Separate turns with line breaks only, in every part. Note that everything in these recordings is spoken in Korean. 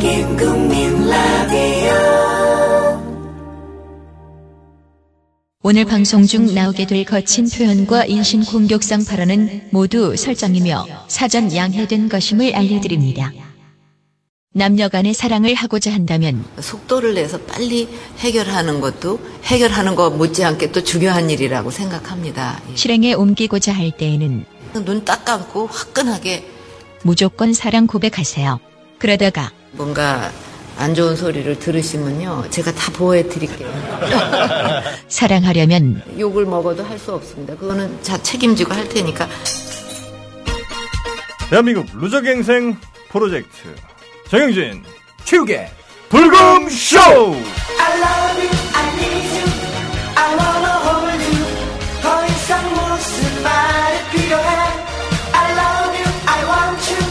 김 국민 라디오
오늘 방송 중 나오게 될 거친 표현과 인신 공격성 발언은 모두 설정이며 사전 양해된 것임을 알려드립니다. 남녀 간의 사랑을 하고자 한다면
속도를 내서 빨리 해결하는 것도 해결하는 것 못지않게 또 중요한 일이라고 생각합니다. 예.
실행에 옮기고자 할 때에는
눈 딱 감고 화끈하게
무조건 사랑 고백하세요. 그러다가
뭔가 안 좋은 소리를 들으시면요. 제가 다 보호해 드릴게요.
사랑하려면
욕을 먹어도 할 수 없습니다. 그거는 자 책임지고 할 테니까
대한민국 루저갱생 프로젝트 정영진
최욱의
불금쇼
I love you, I need you I wanna hold you 더 이상 무슨 말이 필요해 I love you, I want you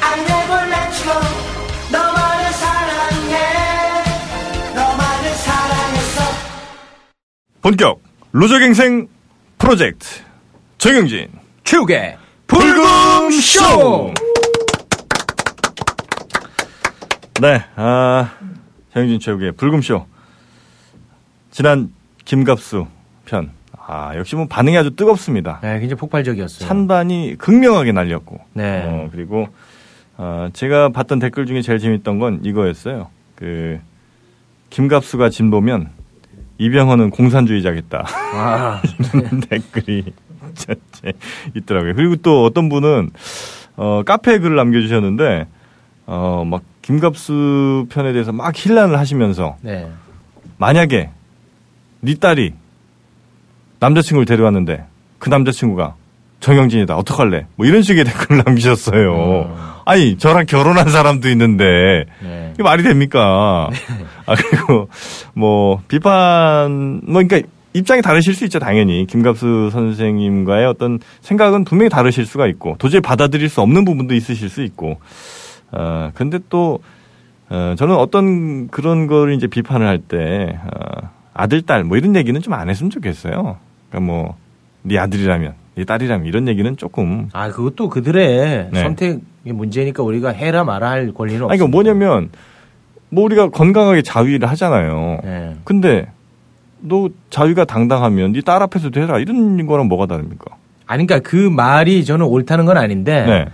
I never let you go 너만을 사랑해 너만을 사랑했어
본격 루저갱생 프로젝트 정영진
최욱의
불금쇼 네, 아, 정영진 최욱의 불금쇼 지난 김갑수 편 아, 역시 뭐 반응이 아주 뜨겁습니다.
네, 굉장히 폭발적이었어요.
찬반이 극명하게 날렸고.
네.
어, 그리고 어, 제가 봤던 댓글 중에 제일 재밌던 건 이거였어요. 그 김갑수가 진보면 이병헌은 공산주의자겠다.
아,
이런 댓글이 진짜 있더라고요. 그리고 또 어떤 분은 어, 카페에 글을 남겨주셨는데 어, 막 김갑수 편에 대해서 막 힐난을 하시면서
네.
만약에 네 딸이 남자친구를 데려왔는데 그 남자친구가 정영진이다 어떡할래 뭐 이런 식의 댓글을 남기셨어요
어.
아니 저랑 결혼한 사람도 있는데
네.
이게 말이 됩니까 아 그리고 뭐 비판 뭐 그러니까 입장이 다르실 수 있죠 당연히 김갑수 선생님과의 어떤 생각은 분명히 다르실 수가 있고 도저히 받아들일 수 없는 부분도 있으실 수 있고 어, 근데 또, 어, 저는 어떤 그런 거를 이제 비판을 할 때, 어, 아들, 딸, 뭐 이런 얘기는 좀 안 했으면 좋겠어요. 그러니까 뭐, 네 아들이라면, 네 딸이라면 이런 얘기는 조금.
아, 그것도 그들의
네.
선택의 문제니까 우리가 해라 말아 할 권리는 없어.
아니, 그러니까 뭐냐면, 뭐 우리가 건강하게 자위를 하잖아요.
네.
근데, 너 자위가 당당하면 네 딸 앞에서도 해라. 이런 거랑 뭐가 다릅니까?
아니, 그러니까 그 말이 저는 옳다는 건 아닌데
네.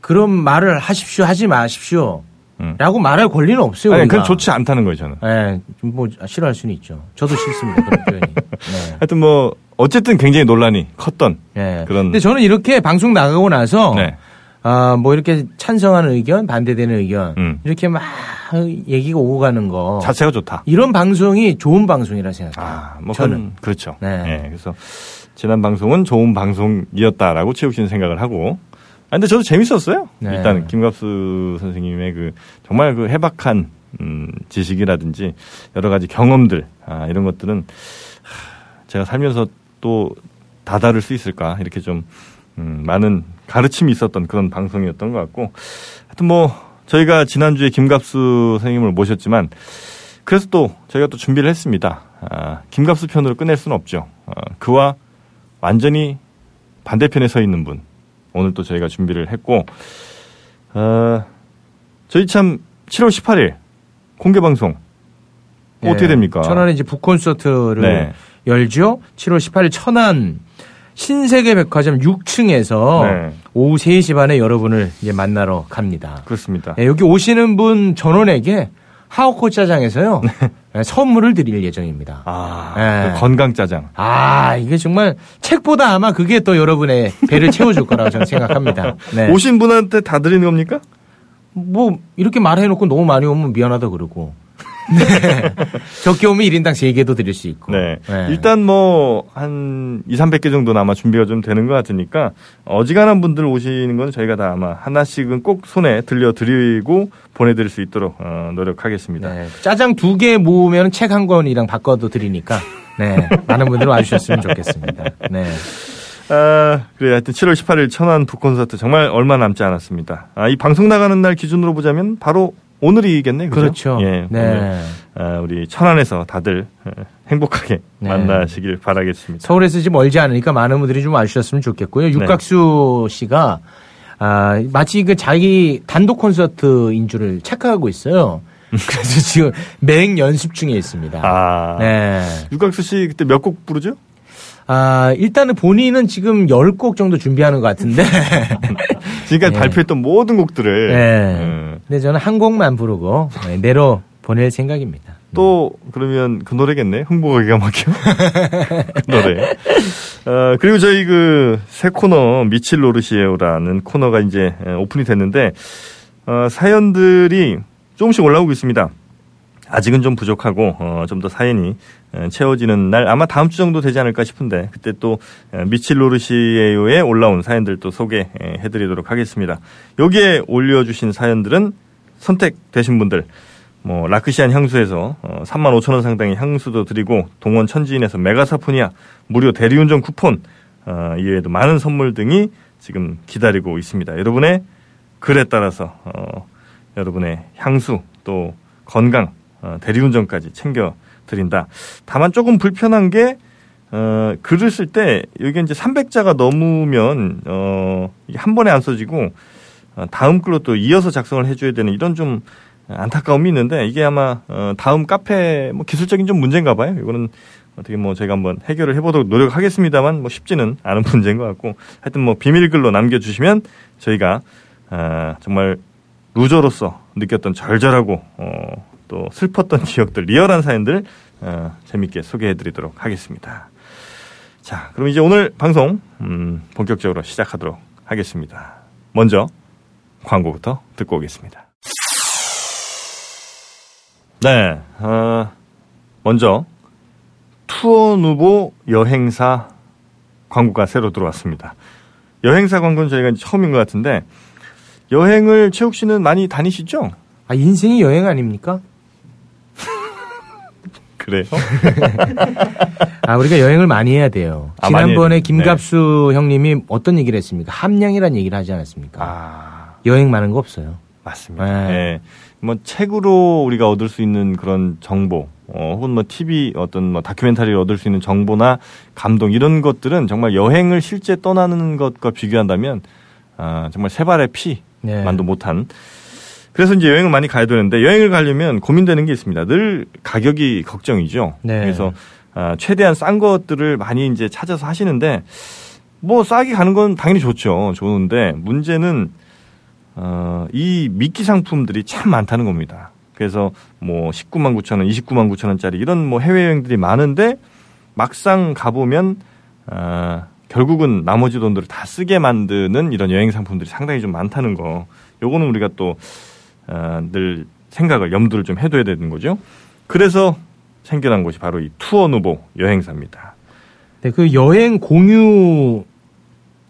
그런 말을 하십시오, 하지 마십시오.
음.
라고 말할 권리는 없어요.
아니,
우리가.
그건 좋지 않다는 거예요, 저는.
예, 좀뭐 싫어할 수는 있죠. 저도 싫습니다. 그런 표현이. 네.
하여튼 뭐, 어쨌든 굉장히 논란이 컸던
예. 어.
그런.
근데 저는 이렇게 방송 나가고 나서
네.
아, 뭐 이렇게 찬성하는 의견, 반대되는 의견
음.
이렇게 막 얘기가 오고 가는 거
자체가 좋다.
이런 방송이 좋은 방송이라 생각해요.
아, 뭐
저는.
저는 그렇죠.
네.
예, 그래서 지난 방송은 좋은 방송이었다라고 최욱 씨는 생각을 하고. 아, 근데 저도 재밌었어요.
네.
일단 김갑수 선생님의 그 정말 그 해박한 음, 지식이라든지 여러 가지 경험들 아, 이런 것들은 하, 제가 살면서 또 다다를 수 있을까 이렇게 좀 음, 많은 가르침이 있었던 그런 방송이었던 것 같고 하여튼 뭐 저희가 지난주에 김갑수 선생님을 모셨지만 그래서 또 저희가 또 준비를 했습니다. 아, 김갑수 편으로 끝낼 수는 없죠. 아, 그와 완전히 반대편에 서 있는 분 오늘 또 저희가 준비를 했고 아, 저희 참 7월 18일 공개 방송 뭐 어떻게
예,
됩니까?
천안에 이제 북 콘서트를
네.
열죠. 7월 18일 천안 신세계 백화점 6층에서
네.
오후 3시 반에 여러분을 이제 만나러 갑니다.
그렇습니다.
예, 여기 오시는 분 전원에게 하오코 짜장에서요
네.
예, 선물을 드릴 예정입니다.
아,
네.
그 건강 짜장.
아, 이게 정말 책보다 아마 그게 또 여러분의 배를 채워줄 거라고 저는 생각합니다. 네.
오신 분한테 다 드리는 겁니까?
뭐, 이렇게 말해놓고 너무 많이 오면 미안하다 그러고. 네. 적게 오면 1인당 3개도 드릴 수 있고.
네.
네.
일단 뭐, 한 2, 300개 정도는 아마 준비가 좀 되는 것 같으니까, 어지간한 분들 오시는 건 저희가 다 아마 하나씩은 꼭 손에 들려드리고 보내드릴 수 있도록 어, 노력하겠습니다.
네. 짜장 두 개 모으면 책 한 권이랑 바꿔도 드리니까. 네. 많은 분들 와주셨으면 좋겠습니다. 네.
아, 그래. 하여튼 7월 18일 천안 북콘서트 정말 얼마 남지 않았습니다. 아, 이 방송 나가는 날 기준으로 보자면 바로 오늘이겠네. 그죠?
그렇죠.
예. 오늘,
네.
아, 우리 천안에서 다들 어, 행복하게
네.
만나시길 바라겠습니다. 네.
서울에서 지금 멀지 않으니까 많은 분들이 좀 와주셨으면 좋겠고요. 육각수 씨가 아, 마치 그 자기 단독 콘서트인 줄을 착각하고 있어요. 그래서 지금 맹 연습 중에 있습니다.
아.
네.
육각수 씨 그때 몇 곡 부르죠?
아, 일단은 본인은 지금 10곡 정도 준비하는 것 같은데.
지금까지
예.
발표했던 모든 곡들을
네.
예.
근데 저는 한 곡만 부르고 네, 내로 보낼 생각입니다.
또 그러면 그 노래겠네 흥보가 기가 막혀 그 노래 어, 그리고 저희 그 새 코너 미칠 노르시에요라는 코너가 이제 에, 오픈이 됐는데 어, 사연들이 조금씩 올라오고 있습니다 아직은 좀 부족하고 어, 좀 더 사연이 에, 채워지는 날 아마 다음 주 정도 되지 않을까 싶은데 그때 또 에, 미칠 노르시에요에 올라온 사연들 또 소개해드리도록 하겠습니다 여기에 올려주신 사연들은 선택되신 분들 뭐 라크시안 향수에서 3만 5천 원 상당의 향수도 드리고 동원 천지인에서 메가사포니아 무료 대리운전 쿠폰 어, 이외에도 많은 선물 등이 지금 기다리고 있습니다. 여러분의 글에 따라서 어, 여러분의 향수 또 건강 어, 대리운전까지 챙겨 드린다. 다만 조금 불편한 게 어, 글을 쓸 때 여기 이제 300자가 넘으면 어, 이게 한 번에 안 써지고 어, 다음 글로 또 이어서 작성을 해줘야 되는 이런 좀 안타까움이 있는데 이게 아마 어, 다음 카페 뭐 기술적인 좀 문제인가 봐요. 이거는 어떻게 뭐 저희가 한번 해결을 해보도록 노력하겠습니다만 뭐 쉽지는 않은 문제인 것 같고 하여튼 뭐 비밀글로 남겨주시면 저희가 아, 정말 루저로서 느꼈던 절절하고 어, 또 슬펐던 기억들 리얼한 사연들 어, 재밌게 소개해드리도록 하겠습니다. 자, 그럼 이제 오늘 방송 음, 본격적으로 시작하도록 하겠습니다. 먼저 광고부터 듣고 오겠습니다. 네, 어, 먼저 투어 누보 여행사 광고가 새로 들어왔습니다. 여행사 광고는 저희가 이제 처음인 것 같은데 여행을 최욱 씨는 많이 다니시죠?
아, 인생이 여행 아닙니까?
그래요?
아, 우리가 여행을 많이 해야 돼요.
아, 많이
지난번에
해야 돼요.
김갑수 형님이 어떤 얘기를 했습니까? 함량이란 얘기를 하지 않았습니까?
아,
여행 많은 거 없어요.
맞습니다.
네.
예. 뭐 책으로 우리가 얻을 수 있는 그런 정보, 어, 혹은 뭐 TV 어떤 뭐 다큐멘터리를 얻을 수 있는 정보나 감동 이런 것들은 정말 여행을 실제 떠나는 것과 비교한다면 아, 정말 세 발의 피
네.
만도 못한. 그래서 이제 여행을 많이 가야 되는데 여행을 가려면 고민되는 게 있습니다. 늘 가격이 걱정이죠.
네.
그래서 아, 최대한 싼 것들을 많이 이제 찾아서 하시는데 뭐 싸게 가는 건 당연히 좋죠. 좋은데 문제는 어, 이 미끼 상품들이 참 많다는 겁니다. 그래서 뭐 19만 9천 원, 29만 9천 원짜리 이런 뭐 해외 여행들이 많은데 막상 가보면 아, 결국은 나머지 돈들을 다 쓰게 만드는 이런 여행 상품들이 상당히 좀 많다는 거. 요거는 우리가 또 아, 늘 생각을 염두를 좀 해둬야 되는 거죠. 그래서 생겨난 곳이 바로 이 투어누보 여행사입니다.
네, 그 여행 공유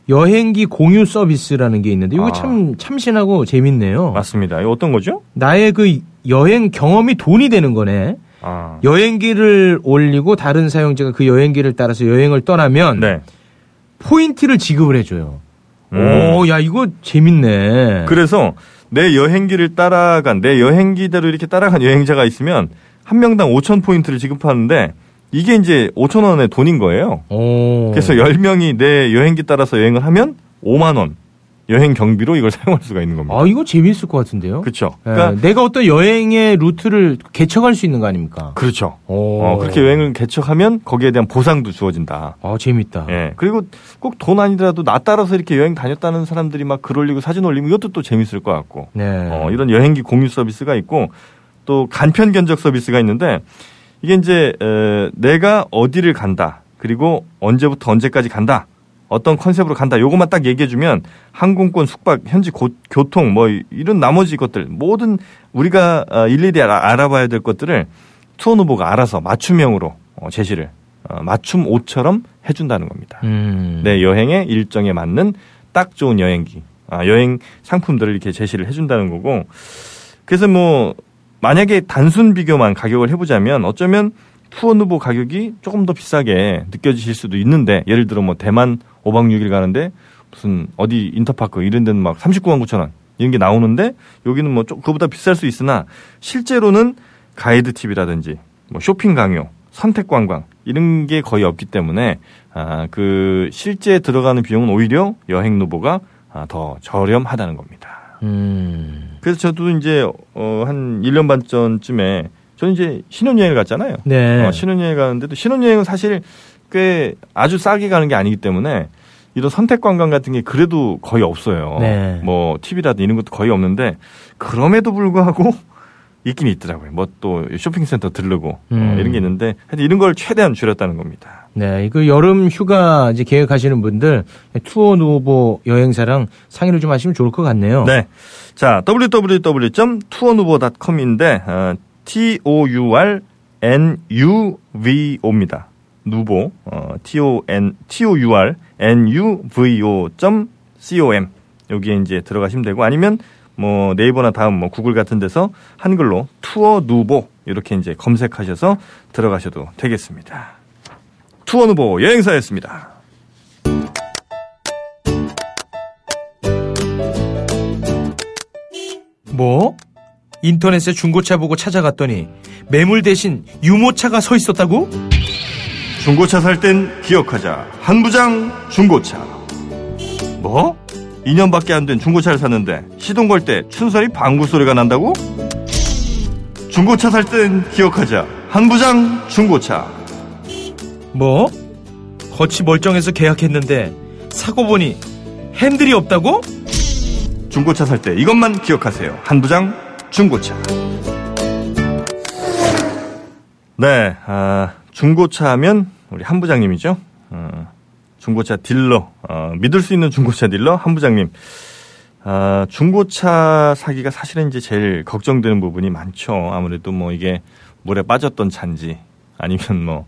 여행기 공유 서비스라는 게 있는데 이거
아.
참 참신하고 재밌네요.
맞습니다. 이거 어떤 거죠?
나의 그 여행 경험이 돈이 되는 거네.
아,
여행기를 올리고 다른 사용자가 그 여행기를 따라서 여행을 떠나면
네.
포인트를 지급을 해줘요.
음.
오, 야 이거 재밌네.
그래서 내 여행기를 따라간 내 여행기대로 이렇게 따라간 여행자가 있으면 한 명당 5천 포인트를 지급하는데 이게 이제 5천 원의 돈인 거예요.
오.
그래서 10명이 내 여행기 따라서 여행을 하면 5만 원 여행 경비로 이걸 사용할 수가 있는 겁니다.
아 이거 재밌을 것 같은데요.
그렇죠.
예,
그러니까
내가 어떤 여행의 루트를 개척할 수 있는 거 아닙니까?
그렇죠.
오.
어, 그렇게 여행을 개척하면 거기에 대한 보상도 주어진다.
아 재밌다.
예. 그리고 꼭 돈 아니더라도 나 따라서 이렇게 여행 다녔다는 사람들이 막 글 올리고 사진 올리면 이것도 또 재밌을 것 같고.
네.
어, 이런 여행기 공유 서비스가 있고 또 간편 견적 서비스가 있는데 이게 이제 에, 내가 어디를 간다 그리고 언제부터 언제까지 간다 어떤 컨셉으로 간다 요것만 딱 얘기해주면 항공권 숙박 현지 고- 교통 뭐 이- 이런 나머지 것들 모든 우리가 어, 일일이 알아, 봐야될 것들을 투어 후보가 알아서 맞춤형으로 어, 제시를 어, 맞춤 옷처럼 해준다는 겁니다.
음.
내 네, 여행의 일정에 맞는 딱 좋은 여행기, 아, 여행 상품들을 이렇게 제시를 해준다는 거고. 그래서 뭐, 만약에 단순 비교만 가격을 해보자면 어쩌면 투어누보 가격이 조금 더 비싸게 느껴지실 수도 있는데 예를 들어 뭐 대만 5박 6일 가는데 무슨 어디 인터파크 이런 데는 막 39만 9천 원 이런 게 나오는데 여기는 뭐 좀 그보다 비쌀 수 있으나 실제로는 가이드 팁이라든지 뭐 쇼핑 강요, 선택 관광 이런 게 거의 없기 때문에 아, 그 실제 들어가는 비용은 오히려 여행 노보가 아, 더 저렴하다는 겁니다.
음.
그래서 저도 이제 어, 한 1년 반 전쯤에 저는 이제 신혼여행을 갔잖아요.
네.
어, 신혼여행 가는데도 신혼여행은 사실 꽤 아주 싸게 가는 게 아니기 때문에 이런 선택 관광 같은 게 그래도 거의 없어요.
네.
뭐 TV라든 이런 것도 거의 없는데 그럼에도 불구하고 있긴 있더라고요. 뭐 또 쇼핑센터 들르고
음.
어, 이런 게 있는데 하여튼 이런 걸 최대한 줄였다는 겁니다.
네, 그 여름 휴가 이제 계획하시는 분들 투어 누보 여행사랑 상의를 좀 하시면 좋을 것 같네요.
네. 자, www.tourunuvo.com인데 어, T O U R N U V O입니다. 누보 어, T O N T O U R N U V O C O M 여기에 이제 들어가시면 되고 아니면 뭐 네이버나 다음 뭐 구글 같은 데서 한글로 투어 누보 이렇게 이제 검색하셔서 들어가셔도 되겠습니다. 투어 누보 여행사였습니다.
뭐? 인터넷에 중고차 보고 찾아갔더니 매물 대신 유모차가 서 있었다고?
중고차 살 땐 기억하자. 한부장 중고차.
뭐?
2년밖에 안 된 중고차를 샀는데 시동 걸 때 춘선이 방구 소리가 난다고? 중고차 살 땐 기억하자. 한부장 중고차.
뭐? 거치 멀쩡해서 계약했는데 사고 보니 핸들이 없다고?
중고차 살 때 이것만 기억하세요. 한부장 중고차. 네, 아, 중고차 하면 우리 한부장님이죠. 어, 중고차 딜러, 어, 믿을 수 있는 중고차 딜러 한부장님. 아, 중고차 사기가 사실은 이제 제일 걱정되는 부분이 많죠. 아무래도 뭐 이게 물에 빠졌던 차인지 아니면 뭐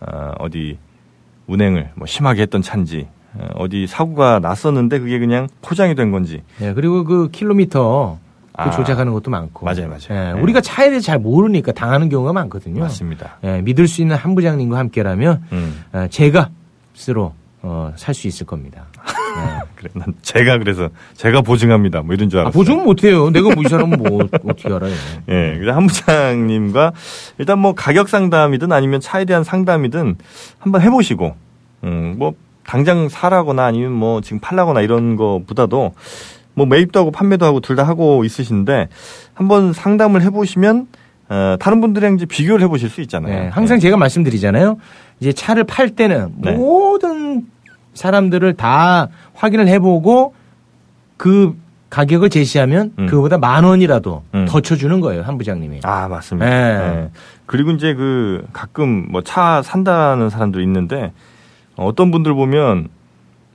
어, 어디 운행을 뭐 심하게 했던 차인지 어, 어디 사고가 났었는데 그게 그냥 포장이 된 건지
네, 그리고 그 킬로미터 그
아.
조작하는 것도 많고.
맞아요, 맞아요. 네.
예, 우리가 차에 대해 잘 모르니까 당하는 경우가 많거든요.
맞습니다.
예, 믿을 수 있는 한 부장님과 함께라면
음.
어, 제가 스스로 어, 살 수 있을 겁니다.
네. 그래, 난 제가 그래서 제가 보증합니다. 뭐
네,
이런 줄
아,
알았어요.
보증은 못해요. 내가 뭐 이 사람은 뭐 어떻게 알아요?
예, 그래서 한 부장님과 일단 뭐 가격 상담이든 아니면 차에 대한 상담이든 한번 해보시고, 음, 뭐 당장 사라거나 아니면 뭐 지금 팔라거나 이런 거보다도 뭐 매입도 하고 판매도 하고 둘 다 하고 있으신데 한번 상담을 해보시면 어, 다른 분들이랑 이제 비교를 해보실 수 있잖아요. 예.
네, 항상 제가 말씀드리잖아요. 이제 차를 팔 때는
네.
모든 사람들을 다 확인을 해보고 그 가격을 제시하면
음.
그보다 만 원이라도
음.
더 쳐주는 거예요 한 부장님이.
아 맞습니다.
네.
네. 그리고 이제 그 가끔 뭐 차 산다는 사람들 있는데 어떤 분들 보면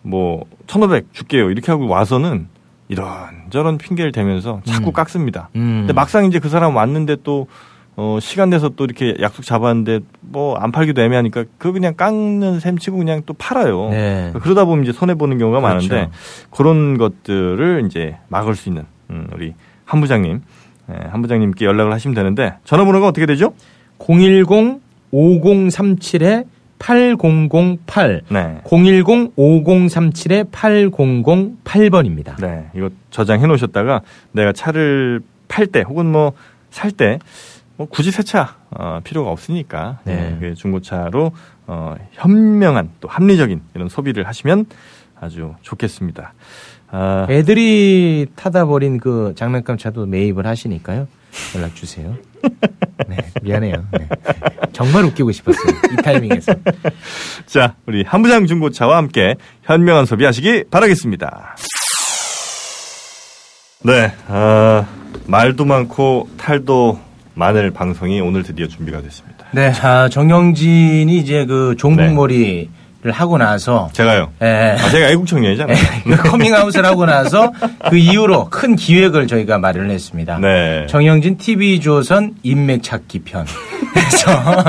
뭐 1,500 줄게요 이렇게 하고 와서는 이런 저런 핑계를 대면서 자꾸 깎습니다.
음.
근데 막상 이제 그 사람 왔는데 또 어, 시간 내서 또 이렇게 약속 잡았는데 뭐 안 팔기도 애매하니까 그거 그냥 깎는 셈치고 그냥 또 팔아요.
네.
어, 그러다 보면 이제 손해 보는 경우가
그렇죠.
많은데 그런 것들을 이제 막을 수 있는 음, 우리 한 부장님, 예, 한 부장님께 연락을 하시면 되는데 전화번호가 어떻게 되죠?
010-5037-8008
네.
010-5037-8008번입니다.
네, 이거 저장해 놓으셨다가 내가 차를 팔 때 혹은 뭐 살 때 뭐 굳이 새 차 어, 필요가 없으니까
네.
예, 그 중고차로 어, 현명한 또 합리적인 이런 소비를 하시면 아주 좋겠습니다. 아,
애들이 타다 버린 그 장난감 차도 매입을 하시니까요. 연락 주세요. 네, 미안해요. 네. 정말 웃기고 싶었어요. 이 타이밍에서.
자, 우리 한부장 중고차와 함께 현명한 소비하시기 바라겠습니다. 네, 아, 말도 많고 탈도 많을 방송이 오늘 드디어 준비가 됐습니다.
네, 아, 정영진이 이제 그 종북머리를 하고 나서
제가요.
예.
아, 제가 애국청년이잖아요.
그 커밍아웃을 하고 나서 그 이후로 큰 기획을 저희가 마련했습니다.
네.
정영진 TV조선 인맥 찾기 편. 그래서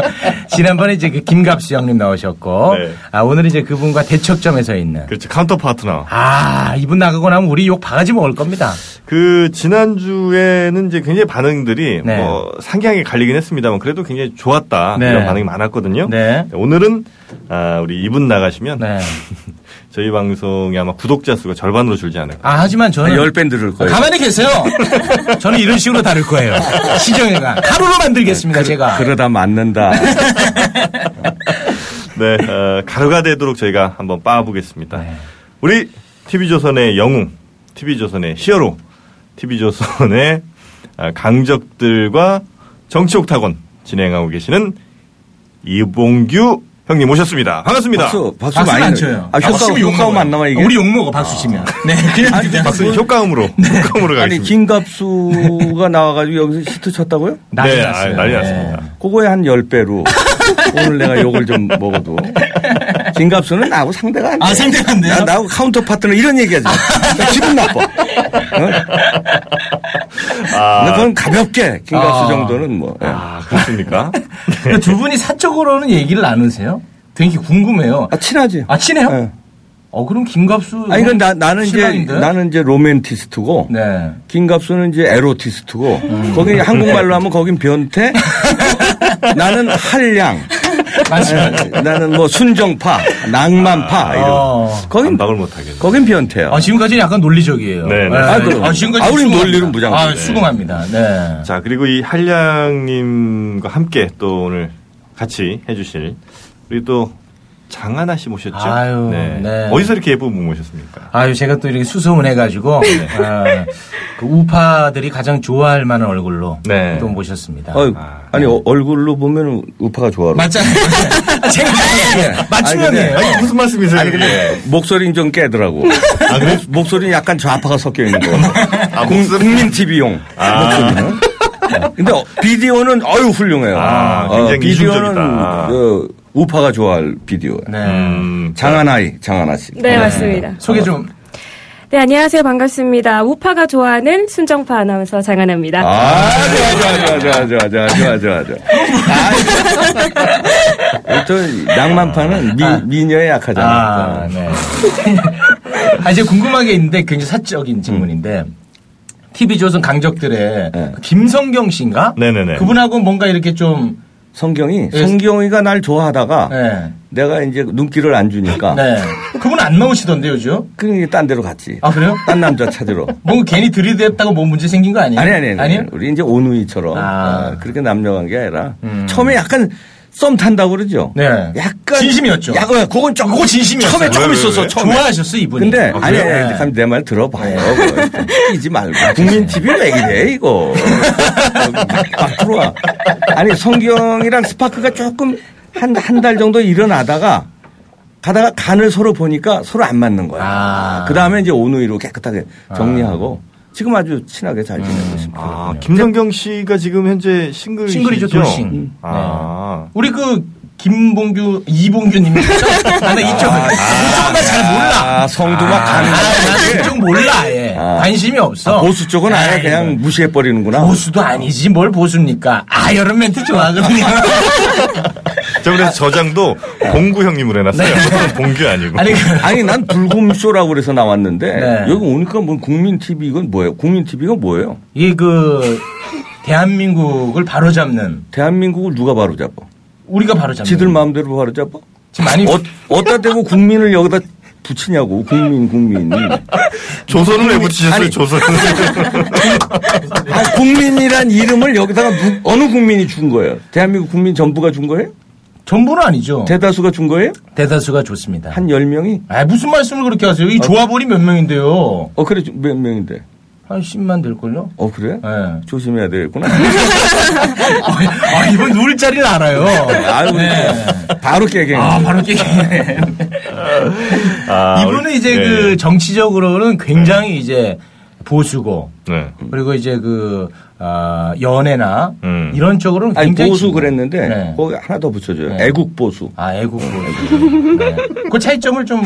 지난번에 이제 그 김갑수 형님 나오셨고
네.
아, 오늘 이제 그분과 대척점에 서 있는
그렇죠. 카운터 파트너.
아 이분 나가고 나면 우리 욕 바가지 먹을 겁니다.
그 지난주에는 이제 굉장히 반응들이
네.
뭐 상향이 갈리긴 했습니다만 그래도 굉장히 좋았다
네.
이런 반응이 많았거든요.
네.
오늘은 아, 우리 이분 나가시면
네.
저희 방송이 아마 구독자 수가 절반으로 줄지 않을까.
아 하지만 저는
열 밴드 를 거예요.
가만히 계세요. 저는 이런 식으로 다룰 거예요. 시정이가 가루로 만들겠습니다. 제가.
네, 그러다 맞는다.
네,
네.
네.
어, 가루가 되도록 저희가 한번 빻아보겠습니다. 우리 TV조선의 영웅 TV조선의 히어로, TV조선의 아, 강적들과 정치옥타곤 진행하고 계시는 이봉규 형님 모셨습니다. 반갑습니다.
박수, 박수
박수
많이
안
넣어요.
쳐요.
아, 효과음,
박수면
효과음
욕먹어요.
안 나와, 이게.
우리 욕 먹어 박수 치면. 네, 그냥
아니,
그냥
박수 효과음으로, 효과음으로
아니,
가겠습니다.
김갑수가 나와가지고 여기서 시트 쳤다고요?
네,
난리
아,
났어요.
난리
네.
났습니다.
그거에 한 10배로. 오늘 내가 욕을 좀 먹어도. 김갑수는 나하고 상대가 안 돼.
아, 상대가 안 돼요?
나, 나하고 카운터 파트너 이런 얘기 하지 마. 나 기분 나빠. 어? 근데
아,
그건 가볍게, 김갑수
아.
정도는 뭐. 예.
아, 그렇습니까?
근데 두 분이 사적으로는 얘기를 나누세요? 되게 궁금해요.
아, 친하지?
아 친해요?
예.
어 그럼 김갑수.
아니, 그건 나, 나는 이제,
신랑인데?
나는 이제 로맨티스트고.
네.
김갑수는 이제 에로티스트고 거기 한국말로 하면 거긴 변태 나는 한량
맞아요.
에, 나는 뭐 순정파
아,
낭만파 이런
어.
거긴
반박을 못하겠네.
거긴 변태야
아 지금까지는 약간 논리적이에요.
네, 네.
아, 그럼.
지금까지
아, 우린
수긍합니다.
논리는 무장합니다.
아 수긍합니다. 네.
자, 그리고 이 한량님과 함께 또 오늘 같이 해주실 우리 또 장하나 씨 모셨죠?
아유, 네.
어디서 이렇게 예쁜 분 모셨습니까?
아유, 제가 또 이렇게 수소문 해가지고,
네.
아, 그 우파들이 가장 좋아할 만한 얼굴로
네.
또 모셨습니다.
어, 아니 어, 얼굴로 보면 우파가 좋아라
맞잖아요. 아, 제가
네,
맞춤형이에요.
아니, 무슨 말씀이세요?
아니 네. 근데 목소리는 좀 깨더라고 목- 목소리는 약간 좌파가 섞여 있는 거
아,
국-
목소리- 아.
국민 TV용 목소리는 근데 어, 비디오는 어유 훌륭해요
아, 굉장히
비디오는
이중적이다.
어, 우파가 좋아할 비디오
네.
음,
장하나이 장하나 씨
네, 맞습니다.
소개 좀.
네, 안녕하세요. 반갑습니다. 우파가 좋아하는 순정파 아나운서 장하나입니다.
아, 좋아, 좋아, 좋아, 좋아, 좋아, 좋아, 좋아, 좋아. 아, 저 낭만파는 미, 미녀에
아,
약하잖아.
네.
아, 이제 궁금한 게 있는데 굉장히
음.
사적인 질문인데. TV조선 강적들의 그
네.
김성경 씨인가?
네네네.
그분하고 뭔가 이렇게 좀,
성경이,
예.
성경이가 날 좋아하다가
네.
내가 이제 눈길을 안 주니까.
네. 그분 안 나오시던데, 요즘?
그러니 딴 데로 갔지.
아, 그래요?
딴 남자 찾으러.
뭔가 괜히 들이댔다고 뭐 문제 생긴 거 아니에요?
아니, 아니, 아니.
아니에요?
우리 이제 오누이처럼.
아.
아, 그렇게 남녀간 게 아니라. 처음에 약간 썸 탄다고 그러죠?
네.
약간.
진심이었죠.
약, 그건 조금.
그거 진심이었어요.
처음에
왜,
조금
왜,
있었어,
왜?
처음에.
좋아하셨어, 이분이.
근데
아,
아니
그래요?
아니
네. 아,
감 내말 들어봐요. 뭐 이지 말고 국민 TV 왜 이래 이거 막, 막 들어와. 아니 성경이랑 스파크가 조금 한 한 달 정도 일어나다가 가다가 간을 서로 보니까 서로 안 맞는 거야.
아.
그 다음에 이제 오누이로 깨끗하게 정리하고 지금 아주 친하게 잘
음.
지내고 있습니다.
아, 김성경 씨가 지금 현재 싱글
싱글이죠, 돌싱.
아,
우리 그, 김봉규, 이봉규님 있죠? 아, 나 이쪽은, 이쪽은 나 잘 몰라.
아, 성도 막
아,
가는
나는
거
이쪽 몰라, 예.
아.
관심이 없어.
아, 보수 쪽은 아예
아이,
그냥 무시해 버리는구나.
보수도 아니지 뭘 보수입니까? 아 이런 멘트 좋아하거든요.
저 그래서 저장도 봉구 형님으로 해놨어요. 봉규 아니고.
아니 그,
아니 난 불곰쇼라고 그래서 나왔는데
네.
여기 오니까 뭐 국민 TV 이건 뭐예요? 국민 TV가 뭐예요?
이그 대한민국을 바로잡는
대한민국을 누가 바로잡아?
우리가 바로잡는
지들 마음대로 바로잡아?
지금 많이
어, 어디다 대고 국민을 여기다 붙이냐고 국민 국민 아,
조선을 왜 붙이셨어요,
아니.
조선을.
아, 국민이란 이름을 여기다가 누- 어느 국민이 준 거예요? 대한민국 국민 전부가 준 거예요?
전부는 아니죠.
대다수가 준 거예요?
대, 다수가 좋습니다.
한 어. 10명이?
아 무슨 말씀을 그렇게 하세요? 이 조합원이 몇 명인데요?
어 그래 몇 명인데?
한 10만 될 걸요?
어 그래?
예.
조심해야 되겠구나
아 이분 누울 자리를 알아요.
아유
네.
바로 깨갱
아 바로 깨기네.
아,
이분은
우리-
이제
네.
그 정치적으로는 굉장히 이제 보수고
네.
그리고 이제 그 아, 연애나
음.
이런 쪽으로는
아니
굉장히
보수 음.
친구.
그랬는데
네.
거기 하나 더 붙여줘요
네.
애국 보수
아 애국 보수. 네. 그 차이점을 좀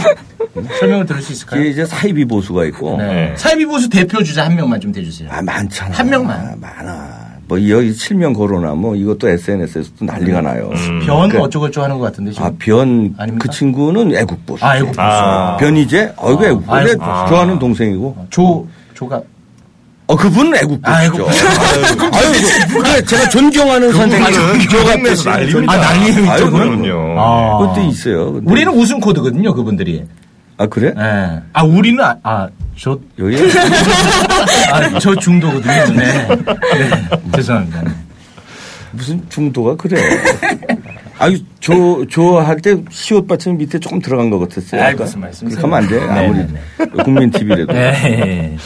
설명을 들을 수 있을까요?
뒤에 이제 사이비 보수가 있고
네.
네.
사이비 보수 대표 주자 한 명만 좀 대주세요.
아 많잖아.
한 명만.
아, 많아. 뭐 여기 실명 거론하 뭐 이것도 SNS에서 또 난리가 나요.
변
그-
어쩌고저쩌고 하는 것 같은데 지금.
아 변
음. 아닙니까?
그 친구는 애국 보수.
아, 애국 보수.
아.
변이제 어이구 애국.
아,
근데
애국 보수.
좋아하는 동생이고.
어, 조 조가
어 그분은 애국
아, 애국
보수죠. 아유 그- 그래 제가 존경하는
그분은
선생님.
교각 내에서 난립니다.
아, 난리예요,
아유,
이쪽은?
그럼요.
아.
그것도 있어요. 근데-
우리는 웃음 코드거든요 그분들이.
아 그래?
네. 아 우리는 아저
여기
아, 저 중도거든요. 네. 네. 죄송합니다. 네.
무슨 중도가 그래. 아유, 저, 저 할 때 시옷 받침 밑에 조금 들어간 것 같았어요.
아이,
아까.
무슨 말씀이세요?
그렇게 하면 안 돼. 아무리.
네네네.
국민 TV라도.
예.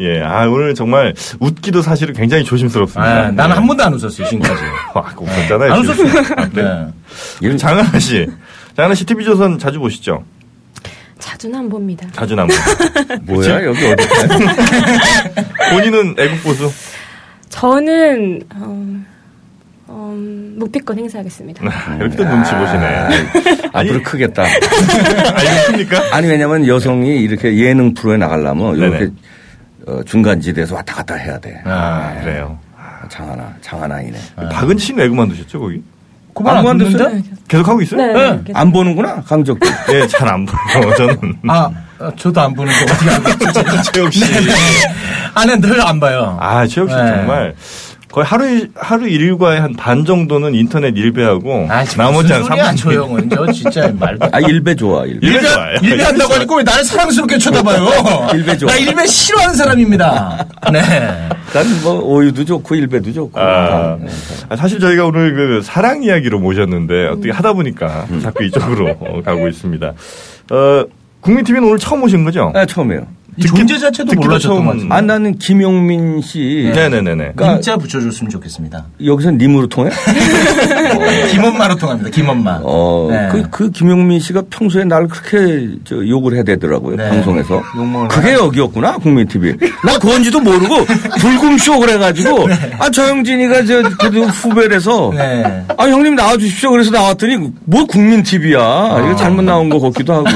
예, 아 오늘 정말 웃기도 사실은 굉장히 조심스럽습니다.
아, 나는 한 번도 안 웃었어요, 지금까지.
와, 웃었잖아요.
안
지금.
웃었어요. 네.
이런
장하나 씨, 장하나 씨 TV 조선 자주 보시죠?
자주는 안 봅니다.
자주 나무.
뭐야, 여기 어디
본인은 애국 보수.
저는 어, 어, 묵비권 행사하겠습니다.
네.
아, 이렇게 또 눈치
아.
보시네.
앞으로 크겠다.
아니, 큽니까?
아니, 왜냐면 여성이 이렇게 예능 프로에 나가려면 이렇게
네네.
어, 중간지대에서 왔다 갔다 해야 돼.
아,
그래요.
아, 장하나, 장하나이네.
박은 씨는 애국 만드셨죠 거기?
그만 안
아무한테
웃는데?
계속 하고 있어요?
네. 계속.
안 보는구나, 강적도.
예, 잘 안 보여요. 저는
아, 어, 저도 안 보는데 어떻게 알겠지?
최욱 씨.
아, 난늘안 봐요.
아, 최욱 씨
네.
정말 거의 하루 일- 하루 일과의 한 반 정도는 인터넷 일배하고
아,
나머지 한 3분
조용은 저 진짜 말도
아, 일배 좋아, 일배.
일배
일배,
좋아요.
일배 한다고 하니까 왜 나를 사랑스럽게 쳐다봐요?
일배 좋아.
나 일배 싫어하는 사람입니다. 네.
난 뭐, 오유도 좋고, 일배도 좋고.
아,
네,
아, 사실 저희가 오늘 그 사랑 이야기로 모셨는데
음.
어떻게 하다 보니까 자꾸 이쪽으로 어, 가고 있습니다. 어, 국민 TV는 오늘 처음 오신 거죠?
아, 처음이에요.
이 존재 자체도
듣기도
몰라줬던
처음-
것 같은데.
아, 나는 김용민 씨.
네네네네.
그러니까-
님자 붙여줬으면 좋겠습니다.
여기서 님으로 통해?
김엄마로 통합니다. 김엄마.
어,
네.
그, 그 김용민 씨가 평소에 나를 그렇게 저 욕을 해대더라고요.
네.
방송에서.
욕먹을
그게 여기였구나, 국민TV. 나 그건지도 모르고, 불금쇼 그래가지고, 아, 저영진이가 저, 그래도 후배라서,
네.
아, 형님 나와주십시오. 그래서 나왔더니, 뭐 국민TV야.
아.
이거 잘못 나온 거 같기도 하고.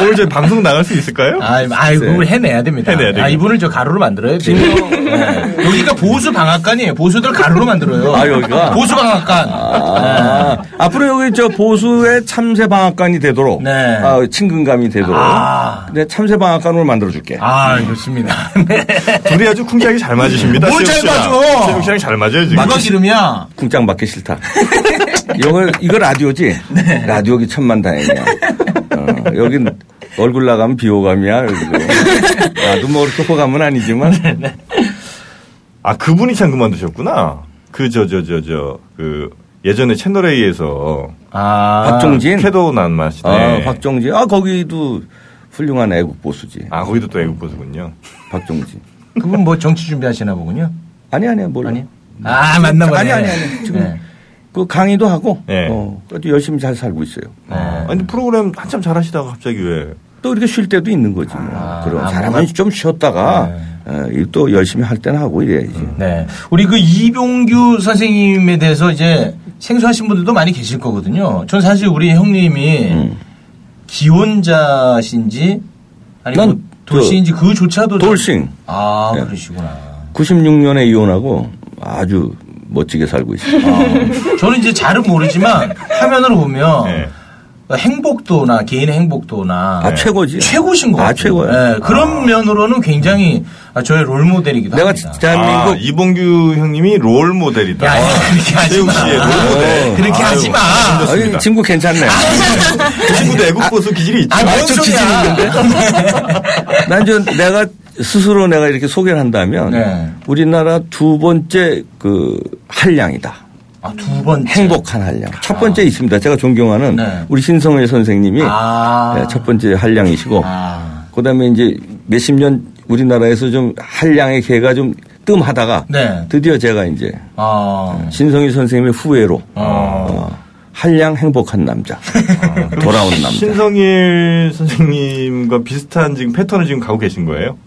오늘 저희 방송 나갈 수 있을까요?
아,
네.
아이, 그걸 해내야 됩니다.
해내야
아,
되겠다.
이분을 저 가루로 만들어요. 지금. 네. 여기가 보수 방앗간이에요. 보수들 가루로 만들어요.
아, 여기가?
보수 방앗간.
아, 앞으로 여기 저 보수의 참새방앗간이 되도록,
네.
아, 친근감이 되도록,
아.
내 참새방앗간으로 만들어줄게.
아, 좋습니다. 네.
둘이 아주 쿵짝이 잘 맞으십니다.
뭘잘
최욱 씨랑.
맞아?
최욱 씨랑 잘 맞아요 지금.
누가 기름이야?
궁장 받기 싫다. 이거, 이거 라디오지?
네.
라디오기 천만 다행이야. 어, 여긴 얼굴 나가면 비호감이야. 여기도. 나도 뭐 그렇게 호감은 아니지만.
네,
아 그분이 참 그만두셨구나. 그 저 저 저 저 그 예전에 채널 A에서
아.
박종진?
캐도 난 맛이네.
아, 박종진. 아, 거기도 훌륭한 애국 보수지.
아 거기도 또 애국 보수군요.
박종진.
그분 뭐 정치 준비하시나 보군요.
아니, 아니야, 몰라.
아니? 아, 맞나 보네.
음. 아니, 아니, 아니. 지금
네.
그 강의도 하고,
네.
어, 아주 열심히 잘 살고 있어요.
네.
아, 근데 프로그램 한참 잘하시다가 갑자기 왜?
또 이렇게 쉴 때도 있는 거지. 뭐. 그럼
아,
사람은 좀 쉬었다가, 어, 이또 열심히 할 때는 하고 이래야지.
네. 우리 그 이병규 선생님에 대해서 이제 생소하신 분들도 많이 계실 거거든요. 전 사실 우리 형님이
음.
기혼자신지 아니면
난
뭐 돌싱인지 그조차도 좀-
돌싱.
아,
네.
그러시구나.
96년에 이혼하고 아주 멋지게 살고 있어요.
아, 저는 이제 잘은 모르지만 화면으로
어.
보면
예.
행복도나 개인의 행복도나
네. 아, 최고지.
최고신 것
아,
같아요.
최고야.
예, 그런 면으로는 굉장히 아, 저의 롤모델이기도
내가
합니다.
아,
대한민국
이봉규 형님이 롤 모델이다.
야, 그렇게 하지
아, 최욱
마. 네.
씨의 롤 모델.
그렇게
아유,
하지 마.
힘들었습니다.
아, 친구 괜찮네.
그 친구도 애국 보수 기질이 있죠.
아, 뭔
저
소리야.
난좀 내가 스스로 내가 이렇게 소개를 한다면
네.
우리나라 두 번째 그 한량이다.
아, 두 번째.
행복한 한량. 첫 번째 있습니다. 제가 존경하는
네.
우리 신성일 선생님이
아.
네, 첫 번째 한량이시고
아.
그다음에 이제 몇십 년 우리나라에서 좀 한량의 개가 좀 뜸하다가
네.
드디어 제가 이제
아.
신성일 선생님의 후예로 어, 한량 행복한 남자
그럼
돌아온
신-
남자
신성일 선생님과 비슷한 지금 패턴을 지금 가고 계신 거예요?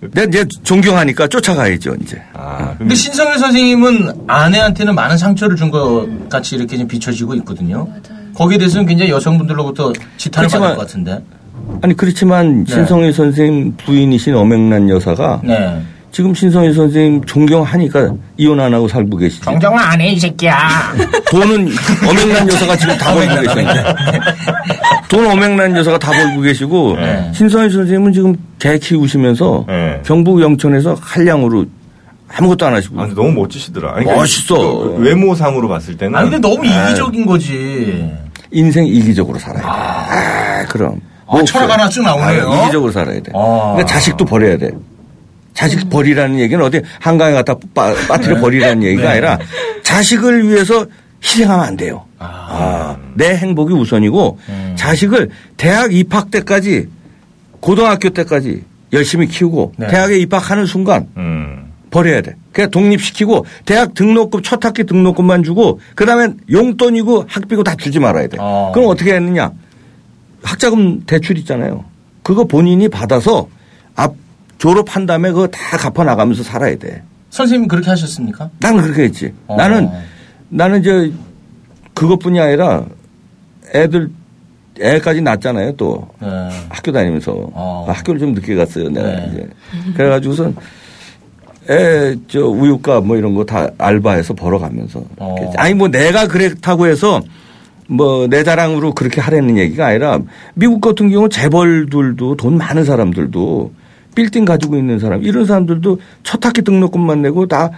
내가 이제 존경하니까 쫓아가야죠 이제
아, 그럼
근데 신성일 선생님은 아내한테는 많은 상처를 준 것 같이 이렇게 좀 비춰지고 있거든요. 거기에 대해서는 굉장히 여성분들로부터 지탄을
그렇지만-
받을 것 같은데.
아니 그렇지만
네.
신성일 선생님 부인이신 어맹란 여사가
네.
지금 신성일 선생님 존경하니까 이혼 안 하고 살고 계시죠
정정은 안 해, 이 새끼야.
돈은 어맹란 여사가 지금 다 벌고
어맹란,
계시는데 돈 어맹란 여사가 다 벌고 계시고
네.
신성일 선생님은 지금 개 키우시면서
네.
경북 영천에서 한량으로 아무것도 안 하시고
아, 근데 너무 멋지시더라. 아니, 그러니까
멋있어.
그 외모상으로 봤을 때는.
아, 근데 너무 이기적인 거지.
인생 이기적으로 살아야 돼. 아, 그럼. 뭐
아, 철학
없어요.
하나 쭉 나오네요.
아, 이기적으로 살아야 돼.
아.
그러니까 자식도 버려야 돼. 자식
네.
버리라는 얘기는 어디 한강에 갖다 빠, 빠뜨려 버리라는 얘기가 아니라 자식을 위해서 희생하면 안 돼요. 아, 내 행복이 우선이고
음.
자식을 대학 입학 때까지 고등학교 때까지 열심히 키우고
네.
대학에 입학하는 순간
음.
버려야 돼. 그냥 독립시키고 대학 등록금 첫 학기 등록금만 주고 그다음에 용돈이고 학비고 다 주지 말아야 돼.
어.
그럼 어떻게 했느냐? 학자금 대출 있잖아요. 그거 본인이 받아서 앞 졸업한 다음에 그거 다 갚아 나가면서 살아야 돼.
선생님 그렇게 하셨습니까?
나는 그렇게 했지.
어.
나는 나는 이제 그것뿐이 아니라 애들 애까지 낳았잖아요. 또
네.
학교 다니면서
어.
아, 학교를 좀 늦게 갔어요. 내가
네.
이제 그래가지고선 애 저 우유값 뭐 이런 거 다 알바해서 벌어가면서
어.
아니 뭐 내가 그랬다고 해서 뭐 내 자랑으로 그렇게 하라는 얘기가 아니라 미국 같은 경우 재벌들도 돈 많은 사람들도 빌딩 가지고 있는 사람 이런 사람들도 첫 학기 등록금만 내고 다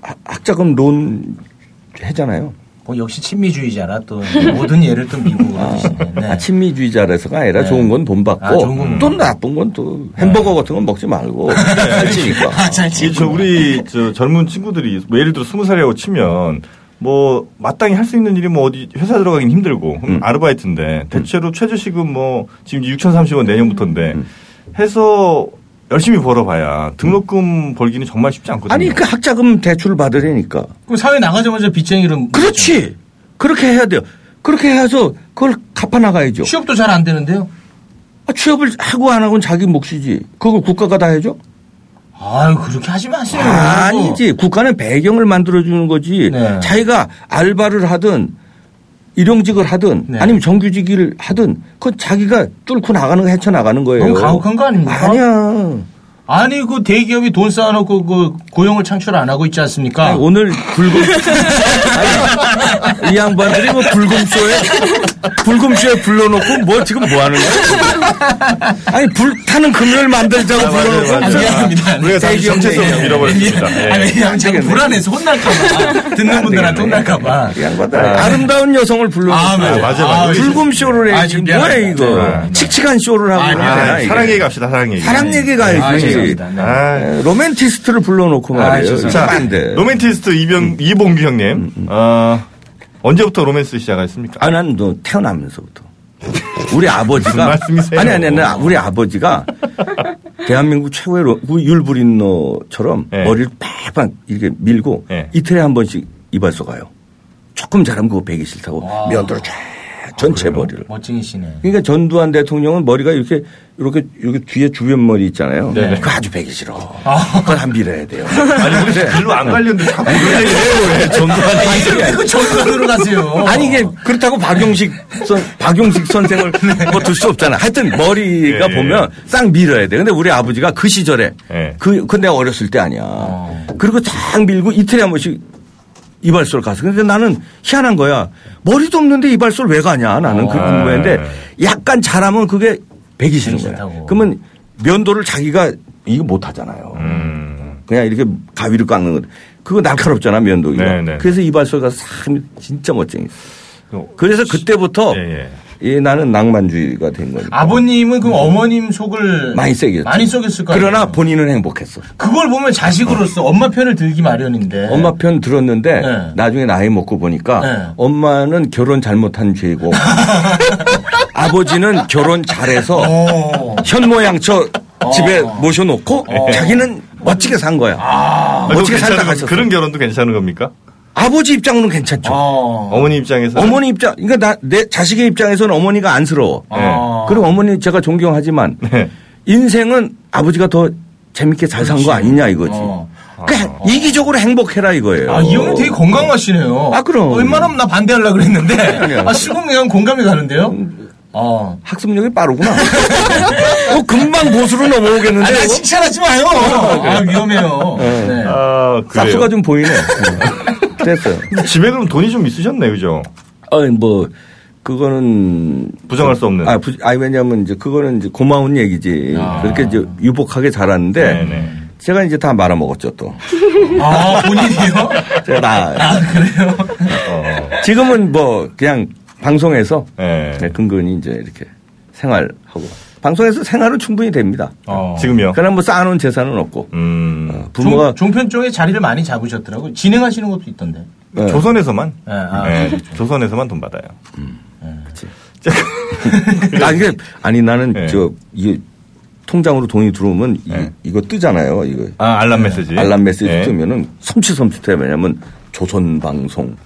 학- 학자금 론 해잖아요.
뭐 역시 친미주의자라 또 모든 예를 또 미국으로 드시네. 네.
아, 친미주의자라서가 아니라
네.
좋은 건 본받고
아, 좋은 건
또
본받고. 네.
나쁜 건 또 햄버거 같은 건 먹지 말고 살찌니까.
이게 저 우리 저 젊은 친구들이 뭐 예를 들어 스무 살이라고 치면 뭐 마땅히 할 수 있는 일이 뭐 어디 회사 들어가긴 힘들고 그럼
음.
아르바이트인데 대체로 최저시급 뭐 지금 6,030원 내년부터인데
음.
해서 열심히 벌어봐야 등록금 벌기는 정말 쉽지 않거든요.
아니 그 학자금 대출 받으려니까.
그럼 사회 나가자마자 뭐 빚쟁이로
그렇지. 그렇게 해야 돼요. 그렇게 해서 그걸 갚아 나가야죠.
취업도 잘 안 되는데요.
아, 취업을 하고 안 하고는 자기 몫이지. 그걸 국가가 다 해줘?
아유 그렇게 하지 마세요.
아니지. 국가는 배경을 만들어주는 거지.
네.
자기가 알바를 하든 일용직을 하든
네.
아니면 정규직을 하든 그건 자기가 뚫고 나가는 거 헤쳐나가는 거예요.
너무 가혹한 거 아닙니까?
아니야.
아니 그 대기업이 돈 쌓아놓고 그 고용을 창출 안 하고 있지 않습니까?
아니, 오늘 불금 아니, 이 양반들이 뭐 불금쇼에 불금쇼에 불러놓고 뭐 지금 뭐 하는 거야? 아니 불타는 금요일 만들자고 불러놓고
맞아요. 미안합니다.
우리가 잠시
대기업
정체성을
얘기예요.
잃어버렸습니다. 예.
아니 왜냐면 제가
되겠네.
불안해서 혼날까봐 듣는 분들한테 혼날까봐.
이 양반들 아름다운 여성을
네. 아,
불러놓고
맞아,
맞아,
맞아.
불금쇼를
아,
해 지금
지금
뭐야
미안합니다.
이거
네, 네.
칙칙한 쇼를 하고
아니, 네.
아,
그러잖아,
아니,
이게.
사랑 얘기 갑시다. 사랑 얘기.
사랑 얘기가
아,
이지
죄송합니다.
아,
로맨티스트를 불러놓고
아,
말이에요 이거
자,
네.
안 돼.
로맨티스트
음.
이병 이봉규 형님. 어, 언제부터 로맨스 시작하셨습니까?
아, 난 너 태어나면서부터. 우리 아버지가.
무슨 말씀이세요?
아니, 아니, 아니. 우리 아버지가 대한민국 최고의 로- 그 율브린노처럼
네.
머리를 빡빡 이렇게 밀고
네.
이틀에 한 번씩 이발소 가요. 조금 잘하면 그거 배기 싫다고 면도를 쫙
아,
전체 머리를.
멋쟁이시네.
그러니까 전두환 대통령은 머리가 이렇게 이렇게 이렇게 뒤에 주변 머리 있잖아요.
네.
그거 아주 배기 싫어. 그걸 한 빌어야 돼요. 네.
아니, 우리 별로 안 관련돼. 자꾸 그런 얘기 해요, 왜. 정말.
아니 그 전문으로 가세요.
아니 이게 그렇다고 박용식 선 박용식 선생을 뭐둘 수 없잖아. 하여튼 머리가
네. 예,
보면 싹 밀어야 돼. 근데 우리 아버지가 그 시절에
예.
그 근데 어렸을 때 아니야. 그리고 쫙 밀고 이틀에 한 번씩 이발소를 가서 근데 나는 희한한 거야. 머리도 없는데 이발소를 왜 가냐? 나는 그
아.
궁금했는데 약간 잘하면 그게 배기 싫은
배기
거야.
싫다고.
그러면 면도를 자기가 이거 못 하잖아요.
음,
그냥 이렇게 가위로 깎는 거. 그거 날카롭잖아, 면도기가.
네, 네.
그래서 이발소 가서 참 진짜 멋쟁이.
어,
그래서 그때부터
예, 예.
예, 나는 낭만주의가 된 거니까.
아버님은 그 어머님 속을
많이 세게.
많이 속였을 거예요.
그러나 본인은 행복했어.
그걸 보면 자식으로서 엄마 편을 들기 마련인데.
엄마 편 들었는데
네.
나중에 나이 먹고 보니까
네.
엄마는 결혼 잘못한 죄고 아버지는 결혼 잘해서
어.
현모양처 집에 모셔놓고 자기는 멋지게 산 거야.
아,
멋지게
그거 괜찮은
살다
겁-
가셨어.
그런 결혼도 괜찮은 겁니까?
아버지 입장으로는 괜찮죠.
어.
어머니 입장에서.
어머니 입장, 그러니까 나, 내 자식의 입장에서는 어머니가 안쓰러워.
어.
네. 그리고 어머니 제가 존경하지만
네.
인생은 아버지가 더 재밌게 잘 산 거 아니냐 이거지.
어.
그 이기적으로 행복해라 이거예요.
아, 이 형이 되게 건강하시네요.
아, 그럼.
웬만하면 나 반대하려고 그랬는데. 아, 시공이랑 공감이 가는데요?
음.
어.
학습력이 빠르구나. 어, 금방 보수로 넘어오겠는데.
아, 나
이거?
칭찬하지 마요! 아, 위험해요. 네.
아, 그래요.
쌉수가 좀 보이네. 됐어요.
근데 집에 그럼 돈이 좀 있으셨네, 그죠?
아니 뭐 그거는
부정할 수 없는.
아, 부, 아니 왜냐하면 이제 그거는 이제 고마운 얘기지. 그렇게 이제 유복하게 자랐는데
네네.
제가 이제 다 말아먹었죠 또.
아, 본인이요?
제가 다
아, 그래요?
어,
지금은 뭐 그냥 방송에서
예.
네, 근근히 이제 이렇게 생활하고 방송에서 생활은 충분히 됩니다.
어.
지금요?
그러나 뭐 쌓아놓은 재산은 없고 어,
음.
부모가
종, 편 쪽에 자리를 많이 잡으셨더라고요. 진행하시는 것도 있던데.
네.
조선에서만
네, 아.
네, 조선에서만 돈 받아요.
아, 이게, 아니, 나는,
네.
저, 이게, 통장으로 돈이 들어오면, 이,
네.
이거 뜨잖아요, 이거.
아 알람 메시지.
알람 메시지
네.
뜨면은, 섬찟섬찟해. 왜냐면, 조선방송.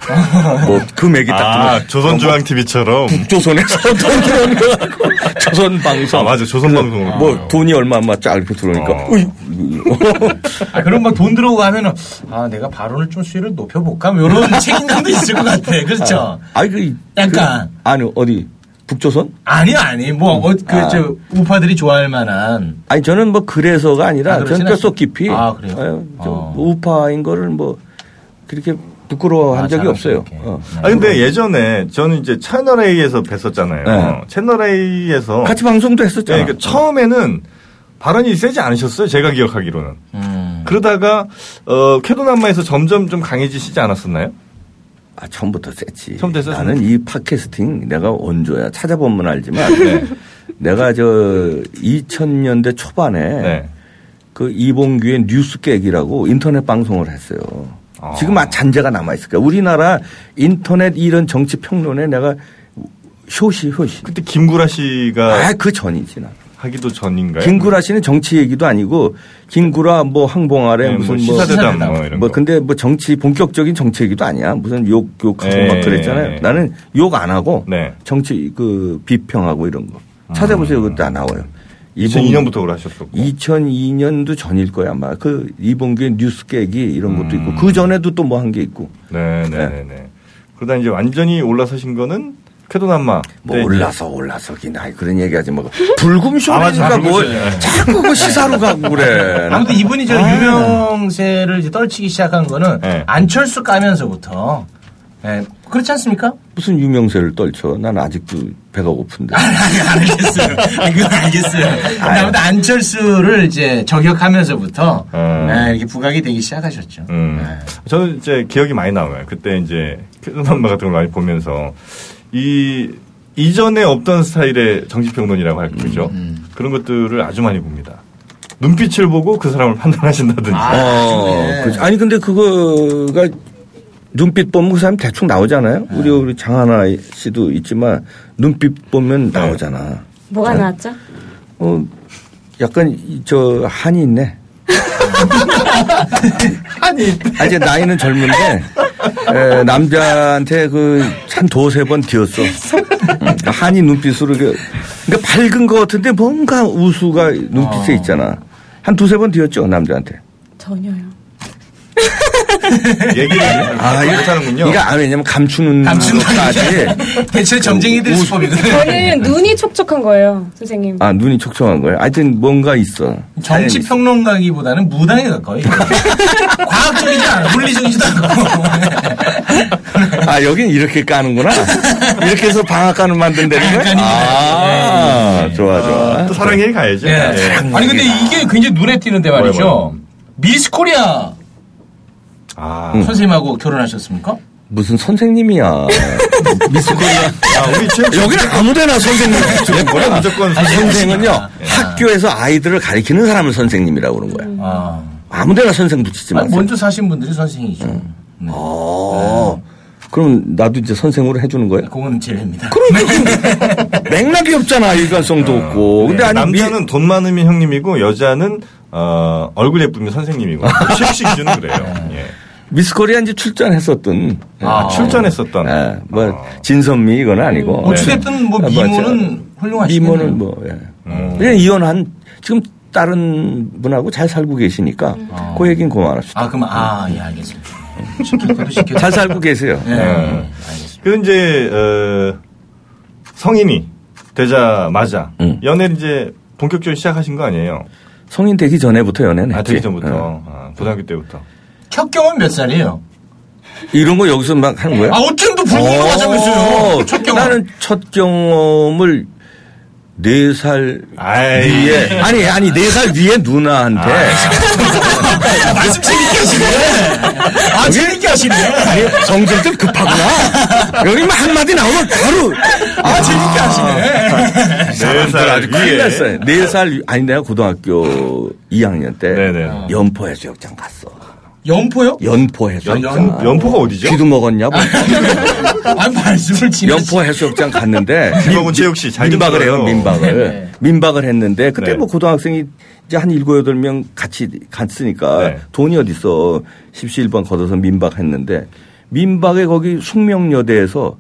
뭐, 금액이 딱 뜨면.
아 조선중앙 TV처럼.
북조선에서 돈 들어오는 거라고. 조선방송.
아 맞아 조선방송으로.
뭐, 돈이 얼마 안 맞지? 아, 이렇게 들어오니까.
어.
어이.
아, 그럼 막 돈 들어오고 하면은, 아, 내가 발언을 좀 수위를 높여볼까? 뭐 이런 책임감도 있을 것 같아. 그렇죠?
아이, 그.
약간.
그- 아니, 어디. 북조선?
아니, 아니. 뭐, 어, 그,
아.
저, 우파들이 좋아할 만한.
아니 저는 뭐 그래서가 아니라
아, 그렇진
저는 뼛속 깊이
않습니까? 아, 그래요?
예, 좀
어.
우파인 거를 뭐 그렇게 부끄러워한
아,
적이 없어요.
자랑스럽게.
어.
네.
아 근데 예전에 저는 이제 채널 A에서 뵀었잖아요.
네.
채널 A에서
같이 방송도 했었잖아.
그러니까 처음에는 발언이 세지 않으셨어요. 제가 기억하기로는.
음.
그러다가 어, 캐도남마에서 점점 좀 강해지시지 않았었나요?
아, 처음부터 셌지.
처음부터 셌어요?
나는 이 팟캐스팅 내가 원조야. 찾아보면 알지만
네.
내가 저 2000년대 초반에
네.
그 이봉규의 뉴스 깨기라고 인터넷 방송을 했어요.
아.
지금 아 잔재가 남아 있을 거야. 우리나라 인터넷 이런 정치 평론에 내가 효시 효시.
그때 김구라 씨가
아 그 전이지 나.
하기도 전인가요?
김구라 씨는 정치 얘기도 아니고 김구라 뭐 항봉아래
네, 뭐
무슨 뭐,
시사대담 뭐
시사대담.
이런
뭐
거.
근데 뭐 정치 본격적인 정치 얘기도 아니야. 무슨 욕 욕하고
예,
막 그랬잖아요.
예.
나는 욕 안 하고
네.
정치 그 비평하고 이런 거 찾아보세요. 그것도 안 나와요. 이봉-
음. 2002년부터 그걸 하셨었고.
2002년도 전일 거야 아마 그 이봉규의 뉴스 깨기 이런 것도 있고
음.
그 전에도 또 뭐 한 게 있고
네, 네, 네, 네. 그러다 이제 완전히 올라서신 거는 캐도남마.
뭐
네, 이제
올라서 올라서긴 아이 그런 얘기하지 뭐
아, 맞아.
불금쇼니까 뭘
불금쇼.
자꾸 그 시사로 가고 그래
아무튼 예. 이분이 저 유명세를 이제 떨치기 시작한 거는
네.
안철수 까면서부터. 예, 그렇지 않습니까?
무슨 유명세를 떨쳐? 난 아직도 배가 고픈데.
아니, 알겠어요. 아니, 그건 알겠어요. 근데 아무튼 안철수를 이제 저격하면서부터
음.
예, 이렇게 부각이 되기 시작하셨죠.
네.
예.
음. 저는 이제 기억이 많이 남아요. 그때 이제 캐도남마 같은 걸 많이 보면서 이 이전에 없던 스타일의 정치평론이라고 할 거죠. 그런 것들을 아주 많이 봅니다. 눈빛을 보고 그 사람을 판단하신다든지.
어, 그치. 아니 근데 그거가 눈빛 보면 그 사람 대충 나오잖아요. 우리 우리 장하나 씨도 있지만 눈빛 보면 나오잖아.
뭐가
네.
나왔죠?
어, 약간 이- 저 한이 있네. 한이. 아, 이제 나이는 젊은데 에, 남자한테 그 한 두세 번 뒤었어. 음, 한이 눈빛으로 이렇게 그러니까 밝은 것 같은데 뭔가 우수가 눈빛에 있잖아. 한 두세 번 뒤었죠 남자한테.
전혀요.
얘기를 아, 못하는군요.
이게 안 왜냐면 감추는 것까지
대체 점쟁이들
네.
수법이거든요.
저는 눈이 촉촉한 거예요, 선생님.
아 눈이 촉촉한 거예요. 하여튼 뭔가 있어.
정치 평론가기보다는 무당에 가까워요. 과학적이지 않아. 물리적이지도 않고.
아 여긴 이렇게 까는구나. 이렇게 해서 방앗간을 만든다는 거야. 아 좋아 좋아.
또 사랑해 가야죠.
예.
예.
아니, 근데 이게 굉장히 눈에 띄는데
뭐야,
말이죠.
뭐야.
미스 코리아
아,
음.
음.
선생님하고 결혼하셨습니까?
무슨 선생님이야. 미스코리아.
아, 우리 지금
여기는 아무데나 선생님. 주는 거야.
무조건
아니, 예, 선생은요
예.
학교에서 아이들을 가리키는 사람을 선생님이라고 그러는 거야.
아.
아무데나 선생 붙이지
아,
마세요. 음.
먼저 사신 분들이 선생이죠. 네.
어. 그럼 나도 이제 선생으로 해주는 거예요?
그거는 제외입니다.
맥락이 없잖아 일관성도 없고. 근데
네,
아니 미-
남자는 돈 많으면 형님이고 여자는 어, 얼굴 예쁘면 선생님이고 실시 기준은 그래요. 예.
미스코리아 이제 출전했었던.
아,
출전했었던.
예, 뭐
어.
진선미 이건 아니고.
어찌됐든 아. 뭐
아, 맞아요.
미모는 훌륭하시네요. 음.
미모는 뭐 예. 그냥 이혼한 지금 다른 분하고 잘 살고 계시니까 그 얘기는 그만합시다.
아, 그럼, 아, 예, 알겠습니다. 시킬 것도 시켜.
잘 살고 계세요.
예.
예.
알겠습니다.
그 이제 어, 성인이 되자마자
음.
연애를 이제 본격적으로 시작하신 거 아니에요?
성인 되기 전에부터 연애는
아,
했지.
되기 전부터
어.
아, 고등학교 때부터.
혁경은 몇 살이에요?
예. 이런 거 여기서 막 하는 거야?
아, 어쩜도 불구가
어,
하자면서요. 첫 경험.
나는 첫 경험을 네 살
네.
아이,
위에 아니 아니 네 살 위에 누나한테
아, 야, 말씀 재밌게 하시네. 아, 재밌게 하시네.
아니, 성질 좀 급하구나. 여기 막 한마디 나오면 바로.
아, 재밌게 하시네.
네살
아주 큰일 났어요. 네살 위- 아니, 내가 고등학교 2학년 때
네네.
연포해수욕장 갔어.
연포요?
연포 해수욕장.
연-
연포가 어디죠?
귀도 먹었냐? 뭐.
아 말씀을 지금
연포 해수욕장 갔는데
김학원 체육 씨, 잘
민박을 해요
들었어요.
민박을
네.
민박을 했는데 그때
네.
뭐 고등학생이 이제 한 일곱 여덟 명 같이 갔으니까
네.
돈이 어디 있어 17번 걷어서 민박했는데 민박에 거기 숙명여대에서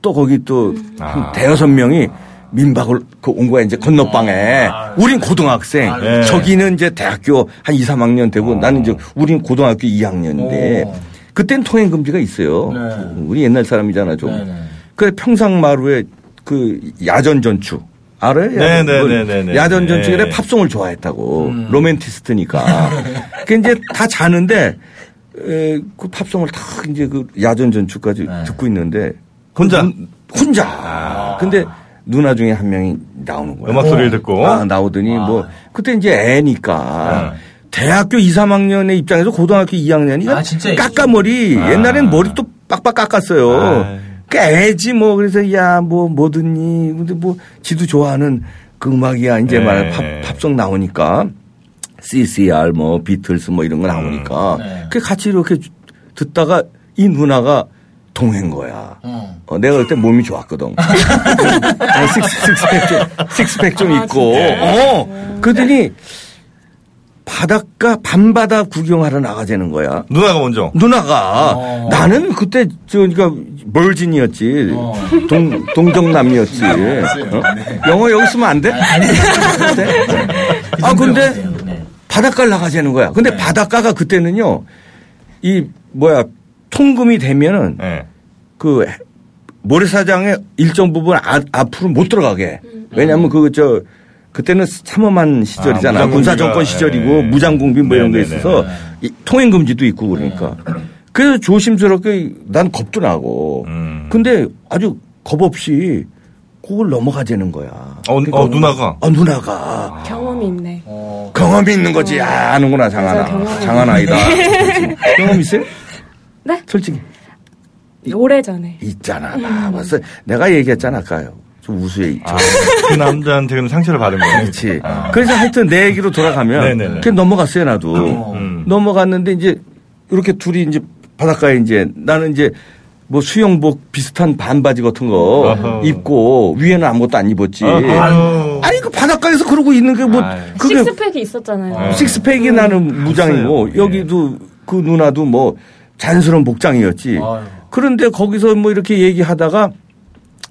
또 거기 또 한
아.
대여섯 명이 민박을 그 온 거야 이제 건너방에 우린 고등학생
아, 네. 어.
저기는 이제 대학교 한 2, 3학년 되고 나는 이제 우린 고등학교 2학년인데
오.
그땐 통행 금지가 있어요.
네.
우리 옛날 사람이잖아 좀.
네, 네.
그 평상마루에 그 야전 전축 알아요? 야전,
네,
그걸?
네, 네, 네, 네.
야전
음.
전축에
네.
팝송을 좋아했다고 로맨티스트니까. 그 이제 다 자는데 에, 그 팝송을 다 이제 그 야전 전축까지
네.
듣고 있는데
혼자? 아.
눈- 혼자. 근데 누나 중에 한 명이 나오는 거야.
음악 소리를 듣고.
아, 나오더니 뭐 그때 이제
네.
애니까 대학교 2, 3학년의 입장에서 고등학교 2학년이
아, 진짜
깎아머리 옛날엔
아.
머리 또 빡빡 깎았어요.
아이.
그 애지 뭐 그래서 야 뭐 뭐든지 근데 뭐 지도 좋아하는 그 음악이야 이제
네.
말 팝, 팝송 나오니까 CCR 뭐 비틀스 뭐 이런 거
음,
나오니까
네.
그 같이 이렇게 주- 듣다가 이 누나가 동행 거야.
어.
어, 내가 그때 몸이 좋았거든. 어, 식스- 식스팩 좀, 식스팩 좀 있고. 어. 그러더니 바닷가, 밤바다 구경하러 나가자는 거야.
누나가 먼저.
누나가
어.
나는 그때 저 그러니까 멀진이었지
어. 아, 네.
동 동정남이었지 어? 영어 여기 쓰면 안 돼? 네?
그
아 근데
정도였어요. 네.
바닷가를 나가자는 거야. 근데 바닷가가 그때는요 이 뭐야 통금이 되면은
예.
그 모래사장의 일정 부분 아- 앞으로 못 들어가게. 왜냐하면 그 저 그때는 참엄한 시절이잖아.
무장공비가,
군사 정권 시절이고
예.
무장공비 뭐 이런 거
네네네.
있어서 이 통행 금지도 있고 그러니까. 그래서 조심스럽게 난 겁도 나고.
음.
근데 아주 겁 없이 그걸 넘어가자는 거야.
어, 어, 누나가?
어 누나가
경험이 있네.
어.
경험이 있는 거지. 아, 아는구나 장하나.
맞아, 경험이
장하나이다. 경험 있어요?
네?
솔직히.
오래전에.
있잖아. 나 봤어. 내가 얘기했잖아, 아까요. 좀 우수해. 있죠.
그 남자한테는 상처를 받은 거예요.
그렇지. 그래서 하여튼 내 얘기로
아. 네네네.
돌아가면, 그 넘어갔어요, 나도.
음.
넘어갔는데, 이제, 이렇게 둘이 이제 바닷가에 이제, 나는 이제, 뭐 수영복 비슷한 반바지 같은 거
어허.
입고, 위에는 아무것도 안 입었지.
아유.
아니, 그 바닷가에서 그러고 있는 게 뭐,
아유. 예.
그게
식스팩이 있었잖아요.
아.
식스팩이 나는 무장이고
있어요. 예.
여기도 그 누나도 뭐 자연스러운 복장이었지.
어,
아유.
그런데 거기서 뭐 이렇게 얘기하다가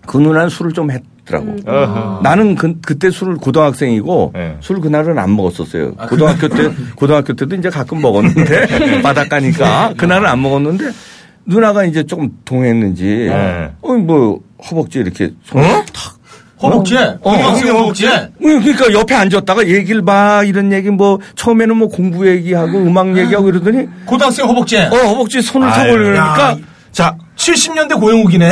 그 누나는 술을 좀 했더라고.
음. 어허.
나는 그, 그때 술을 고등학생이고
네.
술 그날은 안 먹었었어요.
아,
고등학교 때 고등학교 때도 이제 가끔
예.
먹었는데 바닷가니까 그날은 안 먹었는데 누나가 이제 조금 동했는지
네.
어뭐 허벅지 이렇게 손을
어?
탁
허벅지?
어,
허벅지, 허벅지?
응, 그러니까 옆에 앉았다가 얘기를 막 이런 얘기 뭐 처음에는 뭐 공부 얘기하고 음악 얘기하고 이러더니
고등학생 허벅지?
어 그러니까? 허벅지 손을
아유.
타고 이러니까
야, 자, 70년대 고영욱이네.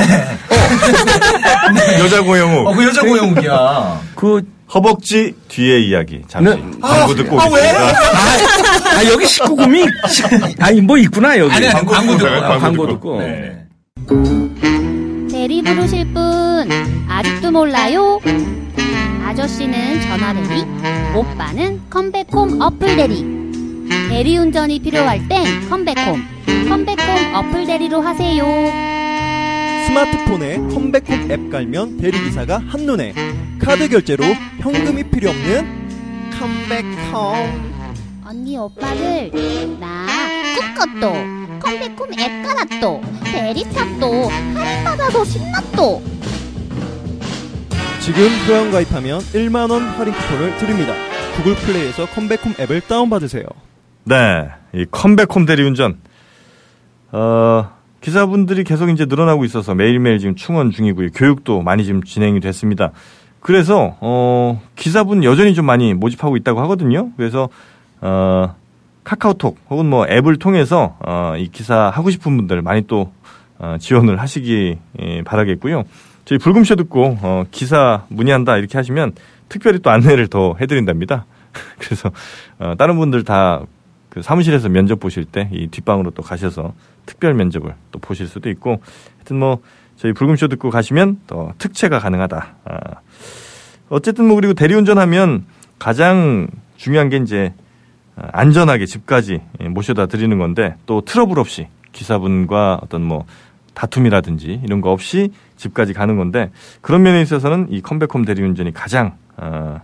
여자 고영우.
어, 그 여자 고영욱이야.
그
허벅지 뒤에 이야기. 잠시.
네.
광고 듣고
아, 왜?
오겠습니다.
아, 여기 19금이 아니 뭐 있구나 여기
아니, 아니, 광고 듣고.
들어가요,
광고.
광고 듣고.
네.
대리 부르실 분 아직도 몰라요? 아저씨는 전화대리, 오빠는 컴백홈 어플 대리. 대리운전이 필요할 땐 컴백홈, 컴백홈 어플 대리로 하세요.
스마트폰에 컴백홈 앱 깔면 대리기사가 한눈에 카드 결제로 현금이 필요 없는 컴백홈
언니 오빠들 나 꿈꿨도 컴백홈 앱 깔았도 대리 탔도 할인 받아서 신났도
지금 회원 가입하면 1만원 할인 쿠폰을 드립니다 구글 플레이에서 컴백홈 앱을 다운받으세요
네. 이 컴백홈 대리운전. 어, 기사분들이 계속 이제 늘어나고 있어서 매일매일 지금 충원 중이고요. 교육도 많이 지금 진행이 됐습니다. 그래서, 어, 기사분 여전히 좀 많이 모집하고 있다고 하거든요. 그래서, 어, 카카오톡 혹은 뭐 앱을 통해서, 어, 이 기사 하고 싶은 분들 많이 또, 어, 지원을 하시기 예, 바라겠고요. 저희 불금쇼 듣고, 어, 기사 문의한다 이렇게 하시면 특별히 또 안내를 더 해드린답니다. 그래서, 어, 다른 분들 다 그 사무실에서 면접 보실 때 이 뒷방으로 또 가셔서 특별 면접을 또 보실 수도 있고 하여튼 뭐 저희 불금쇼 듣고 가시면 또 특채가 가능하다. 아. 어쨌든 뭐 그리고 대리운전하면 가장 중요한 게 이제 어, 안전하게 집까지 예, 모셔다 드리는 건데 또 트러블 없이 기사분과 어떤 뭐 다툼이라든지 이런 거 없이 집까지 가는 건데 그런 면에 있어서는 이 컴백홈 대리운전이 가장 어,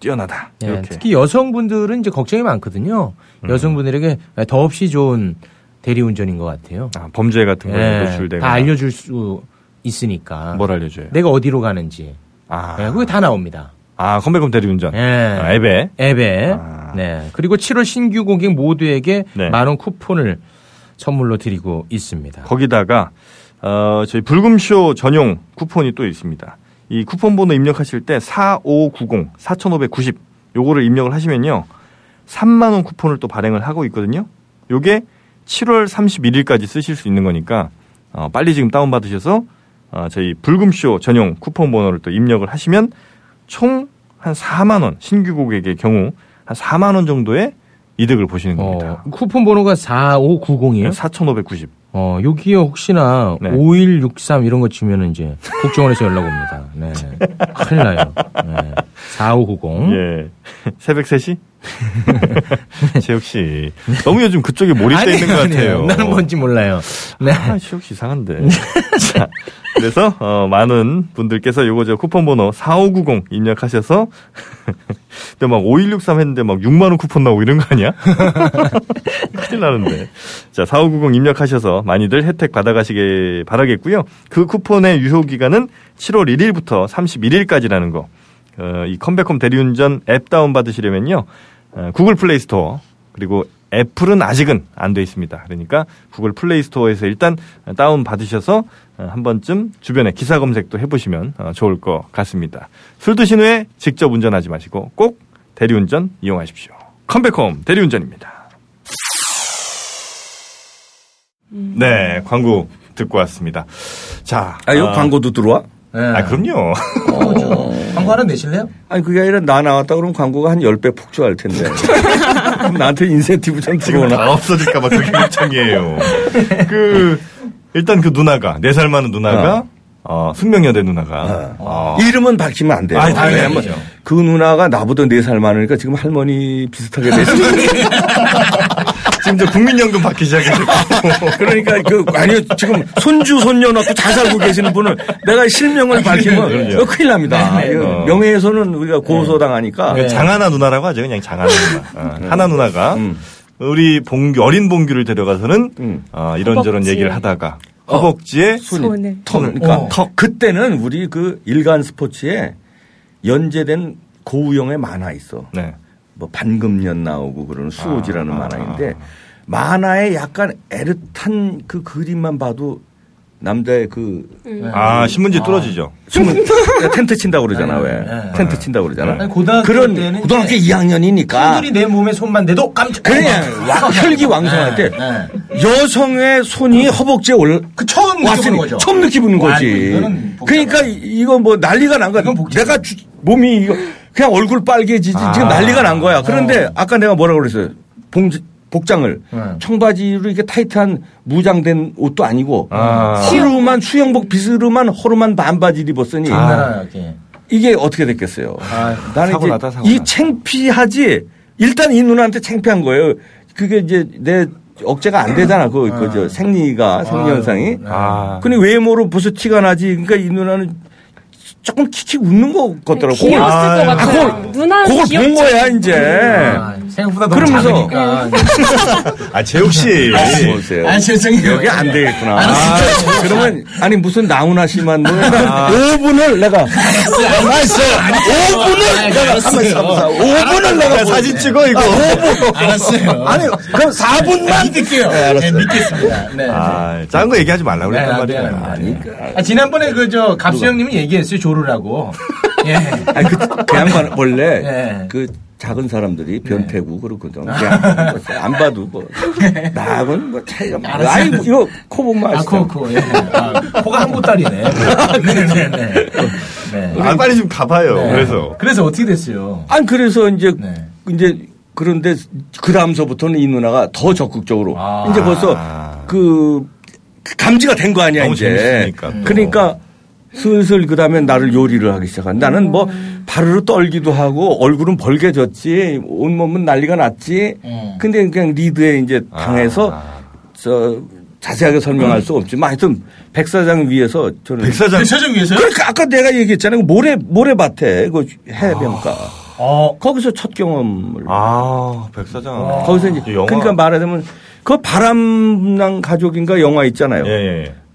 뛰어나다
예,
이렇게 음.
특히 여성분들은 이제 걱정이 많거든요. 여성분들에게 더없이 좋은 대리운전인 것 같아요. 예.
범죄 같은 거에 노출되거나.
다 알려줄 수 있으니까.
뭘 알려줘요? 네.
내가 어디로 가는지.
아,
예, 그게 다 나옵니다. 예.
아 컴백홈 대리운전
예.
아, 앱에 아.
앱에. 네. 그리고 7월 신규 고객 모두에게
네.
만원 쿠폰을 선물로 드리고 있습니다.
거기다가 어, 저희 불금쇼 전용 쿠폰이 또 있습니다. 이 쿠폰 번호 입력하실 때 4590, 4590 요거를 입력을 하시면요. 3만 원 쿠폰을 또 발행을 하고 있거든요. 요게 7월 31일까지 쓰실 수 있는 거니까 어, 빨리 지금 다운 받으셔서 어, 저희 불금쇼 전용 쿠폰 번호를 또 입력을 하시면 총 한 4만 원 신규 고객의 경우 한 4만 원 정도의 이득을
어,
보시는 겁니다.
어, 쿠폰 번호가 4590이에요?
4590.
어, 여기에 혹시나
네.
5163 이런 거 치면은 이제 국정원에서 연락 옵니다. 네. 큰일 나요. 네. 4590.
예. 새벽 3시? 재혁 씨. 너무 요즘 그쪽에 몰입돼
아니에요,
있는 것
아니에요.
같아요.
나는 뭔지 몰라요. 네.
아, 재혁 씨 이상한데. 자, 그래서 어, 많은 분들께서 요거 저 쿠폰 번호 4590 입력하셔서 근데 막 5163 했는데 막 6만 원 쿠폰 나오고 이런 거 아니야? 큰일 나는데. 자, 4590 입력하셔서 많이들 혜택 받아가시길 바라겠고요. 그 쿠폰의 유효 기간은 7월 1일부터 31일까지라는 거. 어, 이 컴백홈 대리운전 앱 다운 받으시려면요. 어, 구글 플레이 스토어 그리고 애플은 아직은 안 돼 있습니다. 그러니까 구글 플레이 스토어에서 일단 다운 받으셔서 어, 한 번쯤 주변에 기사 검색도 해보시면 어, 좋을 것 같습니다. 술 드신 후에 직접 운전하지 마시고 꼭 대리운전 이용하십시오. 컴백홈 대리운전입니다. 네, 광고 듣고 왔습니다. 자,
아, 이거 광고도 들어와?
아, 그럼요.
네. 광고 하나 내실래요?
아니 그게 아니라 나 나왔다 그러면 광고가 한 10배 폭주할 텐데. 그럼 나한테 인센티브 좀
지금
들어오나? 네.
다 없어질까봐 그게 걱정이에요. 그 일단 그 누나가 네 살 많은 누나가 어, 숙명여대 누나가 어.
이름은 밝히면 안 돼요.
아니, 당연히
왜냐면
아니죠.
그 누나가 나보다 4살 많으니까 지금 할머니 비슷하게 됐어요.
지금 저 국민연금 받기 시작했어요.
그러니까 그 아니요 지금 손주 손녀 낳고 잘 살고 계시는 분을 내가 실명을 밝히면
그럼요.
이거 큰일 납니다.
네, 네.
이거
어.
명예훼손은 우리가 고소당하니까
네. 장하나 누나라고 하죠. 그냥 장하나 누나.
음.
어, 하나 누나가 우리 봉규, 어린 봉규를 데려가서는
음.
어, 이런저런
허벅지.
얘기를 하다가
어.
허벅지에
손이 턱
턴을.
그러니까
어.
턱 그때는 우리 그 일간 스포츠에 연재된 고우영의 만화 있어.
네.
뭐 반금년 나오고 그런 수호지라는
아,
만화인데 만화에 약간 애릇한 그 그림만 봐도 남자의 그
음. 아, 신문지 뚫어지죠.
신문 텐트 친다고 그러잖아 왜 텐트 친다고 그러잖아
네, 아니, 고등학교
그런
때는
고등학교
이제
2학년이니까
손들이 내 몸에 손만 대도 깜짝
아.
네,
그냥 와- 혈기왕성할 때 여성의 손이 허벅지에 올라
그 처음 느껴보는
왔으니
거죠.
처음 느끼는
아,
거지.
이거는 복잡하다.
그러니까 이- 이거 뭐 난리가 난 거야. 내가 주- 몸이 이거 그냥 얼굴 빨개지지 지금
아. 어.
난리가 난 거야. 그런데 아까 내가 뭐라 그랬어요? 봉 복장을
네.
청바지로 이렇게 타이트한 무장된 옷도 아니고
아.
허름한 수영복 비스름한 허름한 반바지를 입었으니
장난하나 이렇게. 아,
이게 어떻게 됐겠어요? 나는
사고
이제
났다, 사고
이
났다.
창피하지 일단 이 누나한테 창피한 거예요. 그게 이제 내 억제가 안 되잖아. 그, 그, 저, 생리가, 생리현상이.
네.
아.
근데 외모로 벌써 티가 나지. 그러니까 이 누나는 조금 킥킥 웃는 것 같더라고.
네,
귀여웠을 것 같아요.
아, 그걸,
누나는
그걸 본
귀엽지.
거야, 이제.
아, 생각보다 너무
네. 그러면서-
작으니까.
아, 재욱 씨.
보세요.
네. 아니, 죄송해요.
여기 안 되겠구나.
아니,
아,
진짜.
그러면, 아니, 무슨 나훈아 씨만. 뭐, 5분을 내가.
알았어. 알았어.
5분을
아니,
내가.
알았어요.
가만히 있어, 가만히 있어.
아,
5분을
알았어요.
내가.
사진 찍어, 이거.
5분.
알았어요.
아니, 그럼 4분만.
믿을게요.
네,
네,
알았어요.
믿겠습니다. 네.
아, 작은 거 얘기하지 말라고 그랬단
네,
말이야.
네, 아, 지난번에 그 저 갑수 형님이 얘기했어요. 조르라고. 예.
아니, 그, 그 양반, 원래,
네.
그, 작은 사람들이 변태고 그렇거든. 그냥 뭐, 안 봐도 뭐. 나하고는 뭐 차이가 많아. 아이,
네. 알았어요.
이거 코 보면
아,
아시죠?
코, 코. 예. 아, 코가 한 보따리네. 네, 네, 네. 네.
아, 빨리 좀 가봐요.
네.
그래서.
그래서 어떻게 됐어요?
아니 그래서 이제
네.
이제 그런데 그 다음서부터는 이 누나가 더 적극적으로
아.
이제 벌써 그 감지가 된 거 아니야
너무
이제
재밌으니까 또.
그러니까 슬슬 그 다음에 나를 요리를 하기 시작한. 나는 뭐 바르르 떨기도 하고 얼굴은 벌게졌지 온몸은 난리가 났지.
음.
근데 그냥 리드에 이제
아.
당해서 저 자세하게 설명할 수 없지만 뭐 하여튼 백사장 위에서 저는
네,
백사장- 백사장 위에서요?
그러니까 아까 내가 얘기했잖아요. 모래 모래밭에 그 해변가. 거기서 첫 경험을.
아 백사장.
거기서 이제
아, 영화.
그러니까 말하자면 그 바람난 가족인가 영화 있잖아요.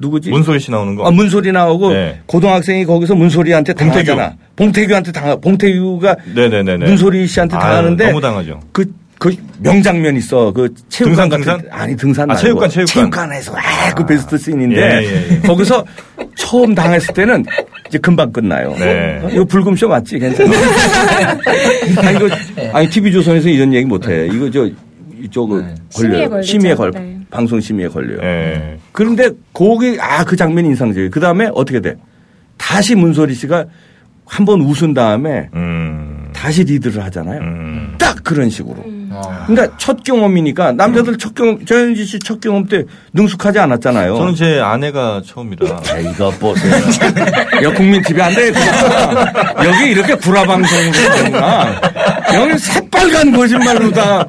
누구지?
예, 문소리 씨 나오는 거.
아, 문소리 나오고
예.
고등학생이 거기서 문소리한테 당하잖아. 봉태규한테 당하. 봉태규가
네네네네.
문소리 씨한테
아유,
당하는데
너무 당하죠.
그, 그 명장면 있어. 그 체육관
등산,
같은
등산?
아니 등산
아,
말고
체육관, 체육관.
체육관에서 아, 그 베스트 씬인데
예, 예, 예.
거기서 처음 당했을 때는 이제 금방 끝나요.
네.
어? 이거 불금쇼 맞지? 괜찮아. 아니 이거
네.
아니 TV 조선에서 이런 얘기 못
네.
해. 이거 저 이쪽 은
심의에
걸려요.
걸리죠.
심의에 걸
네.
방송 심의에
예,
걸려요.
네.
그런데 거기 아 그 장면이 인상적이에요. 그 다음에 어떻게 돼? 다시 문소리 씨가 한 번 웃은 다음에 다시 리드를
음,
하잖아요. 딱 그런 식으로. 그러니까 첫 경험이니까 남자들 첫 경험 전현지 씨 첫 경험 때 능숙하지 않았잖아요.
저는 제 아내가 처음이라.
이거 보세요. 여 국민 TV 안 되겠구나. 여기 이렇게 구라 방송이 되는구나. 여기 새빨간 거짓말로 다.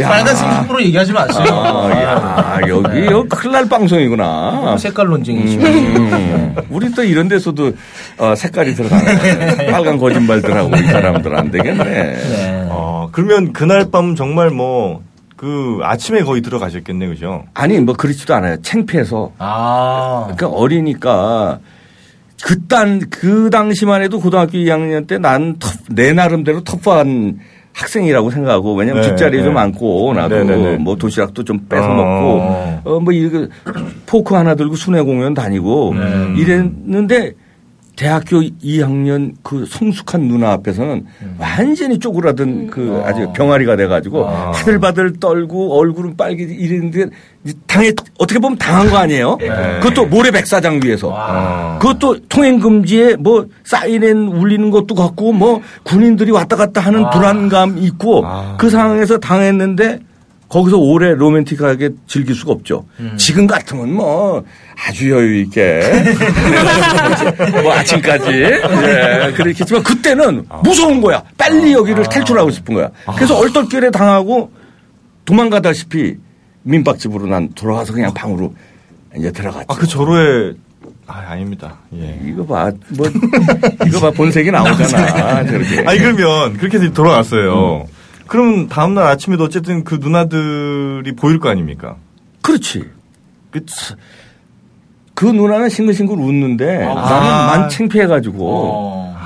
야.
빨간색 함부로 얘기하지 마세요.
아, 야, 여기 여 큰일 날 방송이구나.
아, 색깔 논쟁이지.
음. 우리 또 이런 데서도 어, 색깔이 들어가네. 빨간 거짓말들하고 이 사람들 안 되겠네.
어, 그러면 그날 밤 정말 뭐 그 아침에 거의 들어가셨겠네 그죠?
아니 뭐 그렇지도 않아요. 창피해서.
아.
그러니까 어리니까 그딴 그 당시만 해도 고등학교 2학년 때 난 내 나름대로 터프한 학생이라고 생각하고 왜냐면
네,
뒷자리
네.
좀 많고
네,
나도
네, 네.
뭐 도시락도 좀 뺏어
어.
먹고 어뭐 이거 포크 하나 들고 순회 공연 다니고
네.
이랬는데 대학교 2학년 그 성숙한 누나 앞에서는
음.
완전히 쪼그라든 그 아주 병아리가 돼가지고 바들바들 떨고 얼굴은 빨개 이랬는데 당해 어떻게 보면 당한 거 아니에요? 그것도 모래 백사장 위에서 그것도 통행 금지에 뭐 사이렌 울리는 것도 같고 뭐 군인들이 왔다 갔다
아.
하는 불안감 있고 그 상황에서 당했는데 거기서 오래 로맨틱하게 즐길 수가 없죠.
음.
지금 같으면 뭐 아주 여유 있게 뭐 아침까지 예, 그렇겠지만 그때는
아.
무서운 거야. 빨리 여기를 탈출하고 싶은 거야. 그래서 얼떨결에 당하고 도망가다시피 민박집으로 난 돌아와서 그냥 방으로 이제 들어갔죠.
아 그 저로에 아 아닙니다. 예.
이거 봐, 뭐 이거 봐 본색이 나오잖아. 저렇게.
아니 그러면 그렇게 해서
음.
돌아갔어요. 그럼 다음 날 아침에도 어쨌든 그 누나들이 보일 거 아닙니까?
그렇지. 그, 치- 그 누나는 싱글싱글 웃는데 나는 만 창피해가지고
어.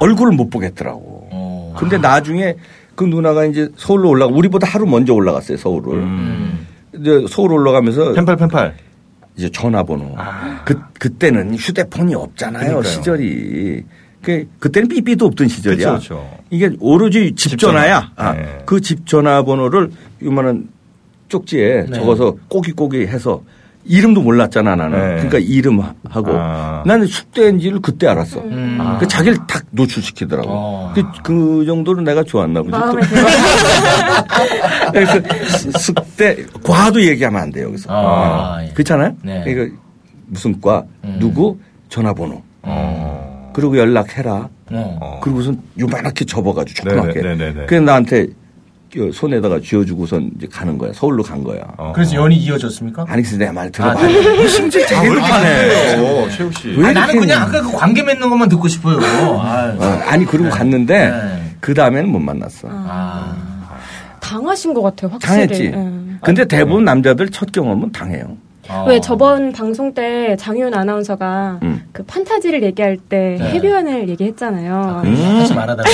얼굴을 못 보겠더라고. 근데 나중에 그 누나가 이제 서울로 올라가 우리보다 하루 먼저 올라갔어요 서울을. 이제 서울 올라가면서
음. 펜팔 펜팔.
이제 전화번호. 그 그때는 휴대폰이 없잖아요 시절이. 그 그때는 삐삐도 없던 시절이야.
그렇죠, 그쵸, 그쵸.
이게 오로지 집 전화야. 아,
네.
그 집 전화번호를 요만한 쪽지에 적어서 꼬기꼬기 해서 이름도 몰랐잖아 나는.
네.
그러니까 이름하고
아.
나는 숙대인지를 그때 알았어.
음.
음. 아.
그 자기를 탁 노출시키더라고. 그, 그 정도로 내가 좋았나 보지.
마음에
또. 그래서 숙대 과도 얘기하면 안 돼요 여기서. 어.
아, 예.
그렇잖아요.
네.
그러니까 무슨 과 누구 전화번호. 그리고 연락해라.
네.
어.
그리고선 요만하게 접어가지고 조그맣게.
네네, 네네네.
그래서 나한테 그 손에다가 쥐어주고선 이제 가는 거야. 서울로 간 거야.
어.
그래서 연이 이어졌습니까?
아니, 그래서 내말 들어봐.
아, 네.
심지어
아, 왜 이렇게
안 해.
하네요, 어, 최욱 씨.
왜
아, 나는
이렇게
그냥
했냐.
아까 그 관계 맺는 것만 듣고 싶어요. 아,
어, 아니, 그리고 갔는데,
네.
그 다음에는 못 만났어.
아.
당하신 것 같아요, 확실히.
당했지.
예.
근데 대부분 남자들 첫 경험은 당해요.
아.
왜 저번 방송 때 장윤 아나운서가
어. 음.
그 판타지를 얘기할 때
네.
해변을 얘기했잖아요.
하지 말아달라고.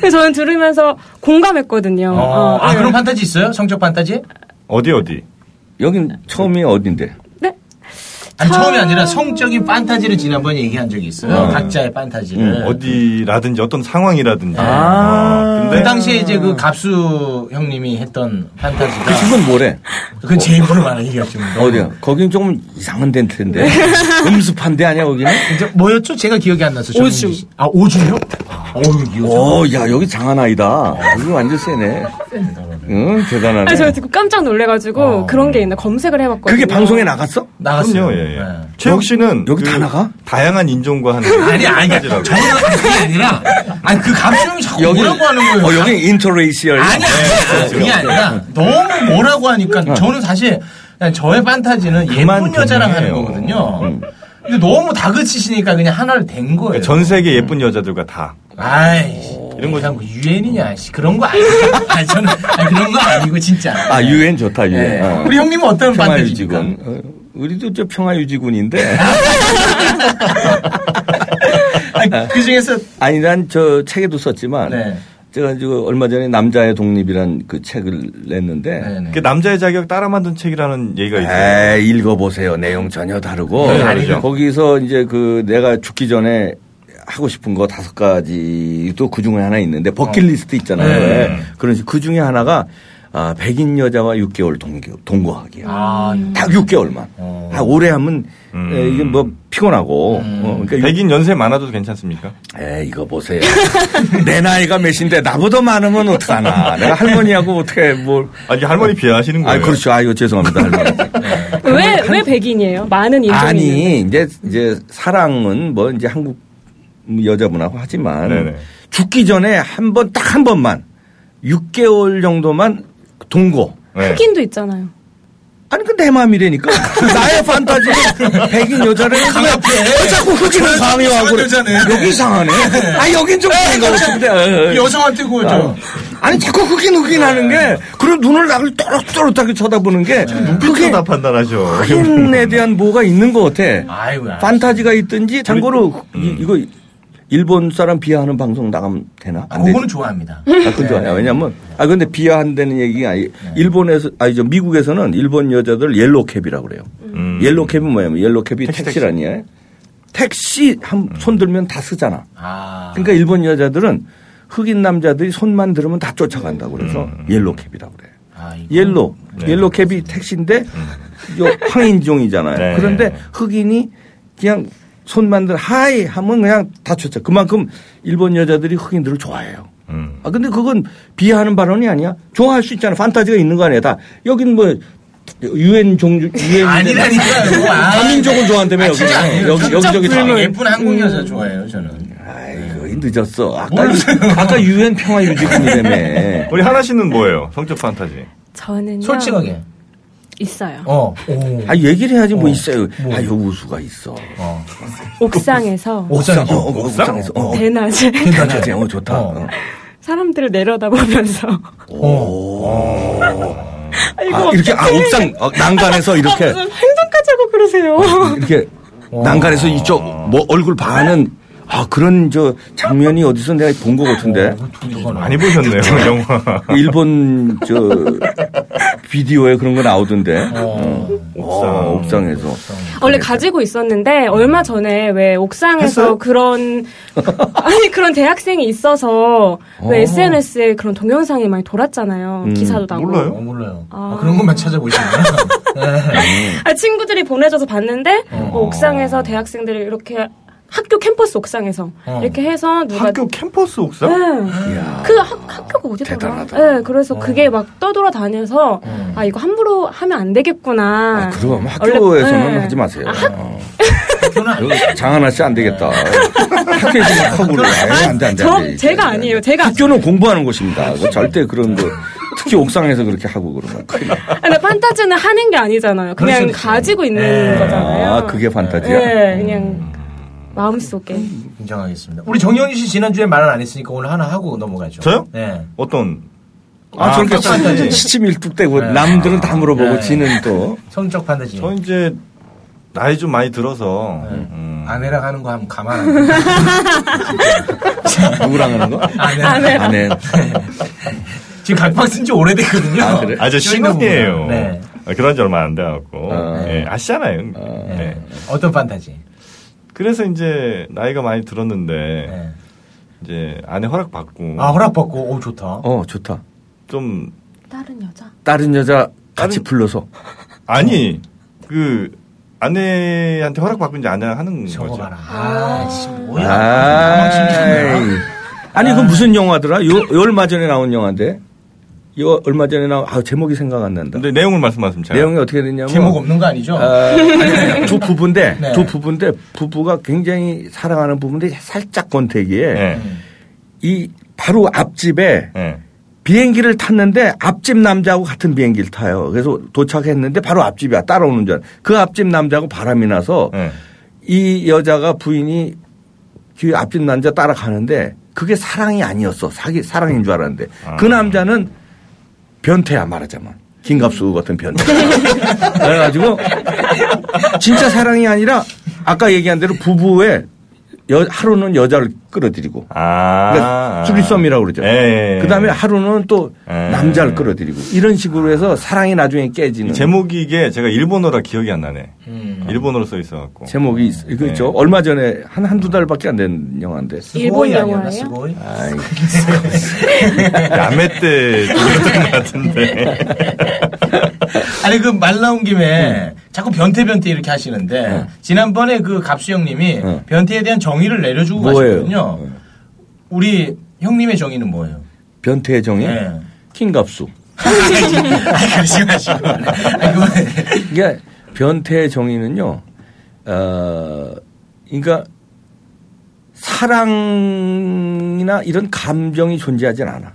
그래서 저는 들으면서 공감했거든요. 어,
아,
예.
그런 판타지 있어요? 성적 판타지?
어디 어디?
여긴 처음이 어딘데?
네?
아니,
참.
처음이 아니라 성적인 판타지를 지난번에 얘기한 적이 있어요. 각자의 판타지를.
음,
네.
어디라든지 어떤 상황이라든지.
네. 아.
어,
그
근데
당시에 이제 그 갑수 형님이 했던
그
판타지가
집은 뭐래?
그건 제 입으로 말하는 얘기가 좀
어디야? 거긴 조금 이상한
네.
데인데. 음습한 데 아니야, 거기는?
이제 뭐였죠? 제가 기억이 안 나서
오줌.
정민기 씨. 아 오줌요? 어우 이거
오, 야, 여기 장하나이다. 여기 완전 세네. 응, 대단하네.
아, 저 듣고 깜짝 놀래가지고 그런 게 있나 검색을 해봤거든요.
어. 그게 방송에 나갔어?
나갔어요. 네.
그럼요, 예, 예. 최욱 씨는
네.
그
여기 다 나가?
다양한 인종과 하는
아니 아니
가지라고.
전혀 그게 아니라 아니 그 감수형이 자꾸
여기-
뭐라고 하는
어,
거예요.
여기 인터레이시얼.
아니 아니
네,
아니, 네,
그렇죠.
그게 아니라 너무 뭐라고 하니까 저는 사실 그냥 저의 판타지는 예쁜 여자랑 하는
동의해요.
거거든요. 근데 너무 다그치시니까 그냥 하나를 댄 거예요.
그러니까 전 세계
네.
예쁜 여자들과 다.
아이 이런 거 자꾸 유엔이냐 씨 그런 거 아니고 아니 저는 아니, 그런 거 아니고 진짜.
아, 유엔 좋다, 유엔.
네. 우리 형님은 어떤 반대입니까?
평화유지군. 어, 우리도 저 평화유지군인데.
그 중에서
아니, 난 저 책에도 썼지만.
네.
제가 지금 얼마 전에 남자의 독립이란 그 책을 냈는데.
네,
그 남자의 자격 따라 만든 책이라는 얘기가 있어요.
네. 에 읽어보세요. 내용 전혀 다르고.
네,
그렇죠.
전혀 다르죠.
거기서 이제 그 내가 죽기 전에 하고 싶은 거 다섯 가지 또 그 중에 하나 있는데 버킷리스트 있잖아요.
네.
왜. 그런 식으로 그 중에 하나가 아, 백인 여자와 6개월 동거, 동거하기요.
아
딱 6개월만.
어.
아, 오래 하면 에, 이게 뭐 피곤하고. 어, 그러니까 육-
음. 백인 연세 많아도 괜찮습니까?
에이, 이거 보세요. 내 나이가 몇인데 나보다 많으면 어떡하나. 내가 할머니하고 어떻게 뭘.
아, 이게 할머니 비하하시는
아,
거예요.
그렇죠. 아, 이거 죄송합니다. 할머니.
네.
왜, 왜 백인이에요? 많은 인종이 있는데.
아니 이제 이제 사랑은 뭐 이제 한국 여자분하고 하지만
네네.
죽기 전에 한 번 딱 한 번만 6개월 정도만 동거.
네.
흑인도 있잖아요.
아니 그 내 마음이라니까 나의 판타지는 백인 여자를 왜 자꾸 흑인을 강요하고 그래
여자는.
여기 이상하네 아 여긴 좀 그런가 싶은데 예,
네. 여성한테 그걸
어.
좀
아니 자꾸 흑인 흑인 하는 게 그런 눈을 나를 또렷또렷하게 쳐다보는 게 그게
다 판단하죠.
흑인에 대한 뭐가 있는 것 같아
아이고야.
판타지가 있든지 참고로 음. 이, 거 일본 사람 비하하는 방송 나가면 되나?
아,
안 되지.
그거는 좋아합니다.
아, 그건 좋아요. 왜냐면 아 근데 비하한다는 얘기가 아니 일본에서 아니 저 미국에서는 일본 여자들 옐로캡이라고 그래요.
음. 예,
옐로캡은 뭐냐면 옐로캡이 음. 택시, 라 아니에요? 택시 한 손 들면 다 쓰잖아.
아.
그러니까 일본 여자들은 흑인 남자들이 손만 들으면 다 쫓아간다고 그래서 옐로캡이라고 그래. 요
아, 이거-
옐로 옐로 캡이 택시인데 요 황인종이잖아요.
네.
그런데 흑인이 그냥 손만 들 하이 하면 그냥 다 쳤죠. 그만큼 일본 여자들이 흑인들을 좋아해요.
음.
아 근데 그건 비하하는 발언이 아니야. 좋아할 수 있잖아. 판타지가 있는 거 아니야. 다 여긴 뭐 유엔 종주 유엔
아니라니까요. 아.
한민족은 좋아한다며
아,
여기
진짜 아니에요.
여기
깜짝
여기저기 다.
놀라요. 예쁜 한국 여자 좋아해요, 저는.
아이 늦었어. 아까 유-
모르세요.
아까 유엔 평화 유지군이라며.
우리 하나 씨는 뭐예요? 성적 판타지.
저는요.
솔직하게.
있어요.
어. 오.
아 얘기를 해야지 뭐 있어요. 아 여기 우수가 있어.
옥상에서
옥상.
어, 어, 옥상에서. 어, 어.
대낮에
괜찮지? 어, 좋다.
어.
어.
사람들을 내려다보면서 이거
아, 이렇게, 아,
어떡해.
옥상, 어, 난간에서 이렇게,
아, 무슨 행동까지 하고 그러세요.
이렇게,
어.
난간에서 이쪽, 뭐, 얼굴 반은, 아, 그런, 저, 장면이 어디서 내가 본 것 같은데.
많이 보셨네요, 영화.
일본, 저, 비디오에 그런 거 나오던데. 어. 어, 옥상에서.
아, 원래 가지고 있었는데 얼마 전에 왜 옥상에서
했어요?
그런 아니 그런 대학생이 있어서 왜 SNS에 그런 동영상이 많이 돌았잖아요
음,
기사도 나고
몰라요?
어, 몰라요.
아.
아, 그런 것만 찾아보시나요?
아, 친구들이 보내줘서 봤는데 뭐 옥상에서 대학생들이 이렇게 학교 캠퍼스 옥상에서
어.
이렇게 해서 누가
학교 캠퍼스 옥상?
네.
이야.
그 학, 학교가 어디더라?
대단하다.
네, 그래서 그게 막 떠돌아다녀서 아 이거 함부로 하면 안 되겠구나.
아, 그럼
원래-
학교에서는
네.
하지 마세요. 어. 이거 장하나 씨 안 되겠다. 학교에서 막 하고 그래. 아유, 안 돼, 안 돼. 안 돼.
저 제가 아니에요. 제가
학교는 공부하는 곳입니다. 그거 절대 그런 거. 특히 옥상에서 그렇게 하고 그러면 큰일 나.
근데 판타지는 하는 게
그럴
아니잖아요. 그냥
수도 있어요.
가지고 있는
네.
거잖아요.
아, 그게 판타지야?
네, 그냥 마음속에.
인정하겠습니다. 우리 정영희 씨 지난주에 말은 안 했으니까 오늘 하나 하고 넘어가죠.
저요?
네.
어떤?
아, 저렇게
깜짝 놀랐지.
시치밀뚝대고
네.
남들은 다 물어보고
네.
지는 또.
성적 판타지.
저 이제 나이 좀 많이 들어서
네.
음,
아내랑 하는 거 하면 가만 안 둬요.
누구랑 하는 거?
아내랑. 네.
아내.
지금 각방 쓴 지 오래됐거든요.
아, 그래?
아저 신혼이에요.
네.
아, 그런 지 얼마 안 돼갖고
아.
예, 아시잖아요.
아.
예.
어떤 판타지?
그래서 이제 나이가 많이 들었는데
네.
이제 아내 허락 받고
아, 허락받고, 오, 좋다.
어, 좋다.
좀
다른 여자.
다른 여자 같이
다른-
불러서.
아니 그 아내한테 허락 받고 이제 아내랑 하는
저거
거죠.
봐라. 아, 씨, 뭐야.
아, 뭐.
나만 챙기는 거야?
아.
아니, 그 무슨 영화더라? 요, 요 얼마 전에 나온 영화인데. 이거 얼마 전에 나온 아 제목이 생각 안 난다.
근데 내용을 말씀하시면 제가.
내용이 어떻게 되냐면
제목 없는
거 아니죠?
아, 아니, 두 부부인데
네.
두 부부인데 부부가 굉장히 사랑하는 부부인데 살짝
예,
권태기에
네.
이 바로 앞집에
예,
비행기를 탔는데 앞집 남자하고 같은 비행기를 타요. 그래서 도착했는데 바로 앞집이야. 따라오는 줄. 알아. 그 앞집 남자하고 바람이
네.
나서
예.
이 여자가 부인이 뒤에 앞집 남자 따라가는데 그게 사랑이 아니었어. 사기 사랑인 줄 알았는데
아.
그 남자는 변태야 말하자면 김갑수 같은 변태. 그래가지고 진짜 사랑이 아니라 아까 얘기한 대로 부부의 여- 하루는 여자를 끌어들이고 그러니까 수리썸이라고 그러죠.
아. 예, 예.
그다음에 하루는 또 남자를 끌어들이고 이런 식으로 해서 사랑이 나중에 깨지는
제목이 이게 제가 일본어라 기억이 안 나네.
음.
일본어로 써 있어갖고.
음. 제목이 있- 이거 있죠.
예.
얼마 전에 한 한두 달밖에 안 된 영화인데.
일본 영화예요?
아이,
그 야매 때 들었던 것 같은데.
아니 그 말 나온
음.
김에 자꾸 변태 변태 이렇게 하시는데 지난번에 그 갑수 형님이 변태에 대한 정의를 내려주고
음. 뭐예요? 음.
가셨거든요. 우리 형님의 정의는 뭐예요?
변태의 정의
네.
킹갑수. 이게 변태의 정의는요. 어, 그러니까 사랑이나 이런 감정이 존재하진 않아.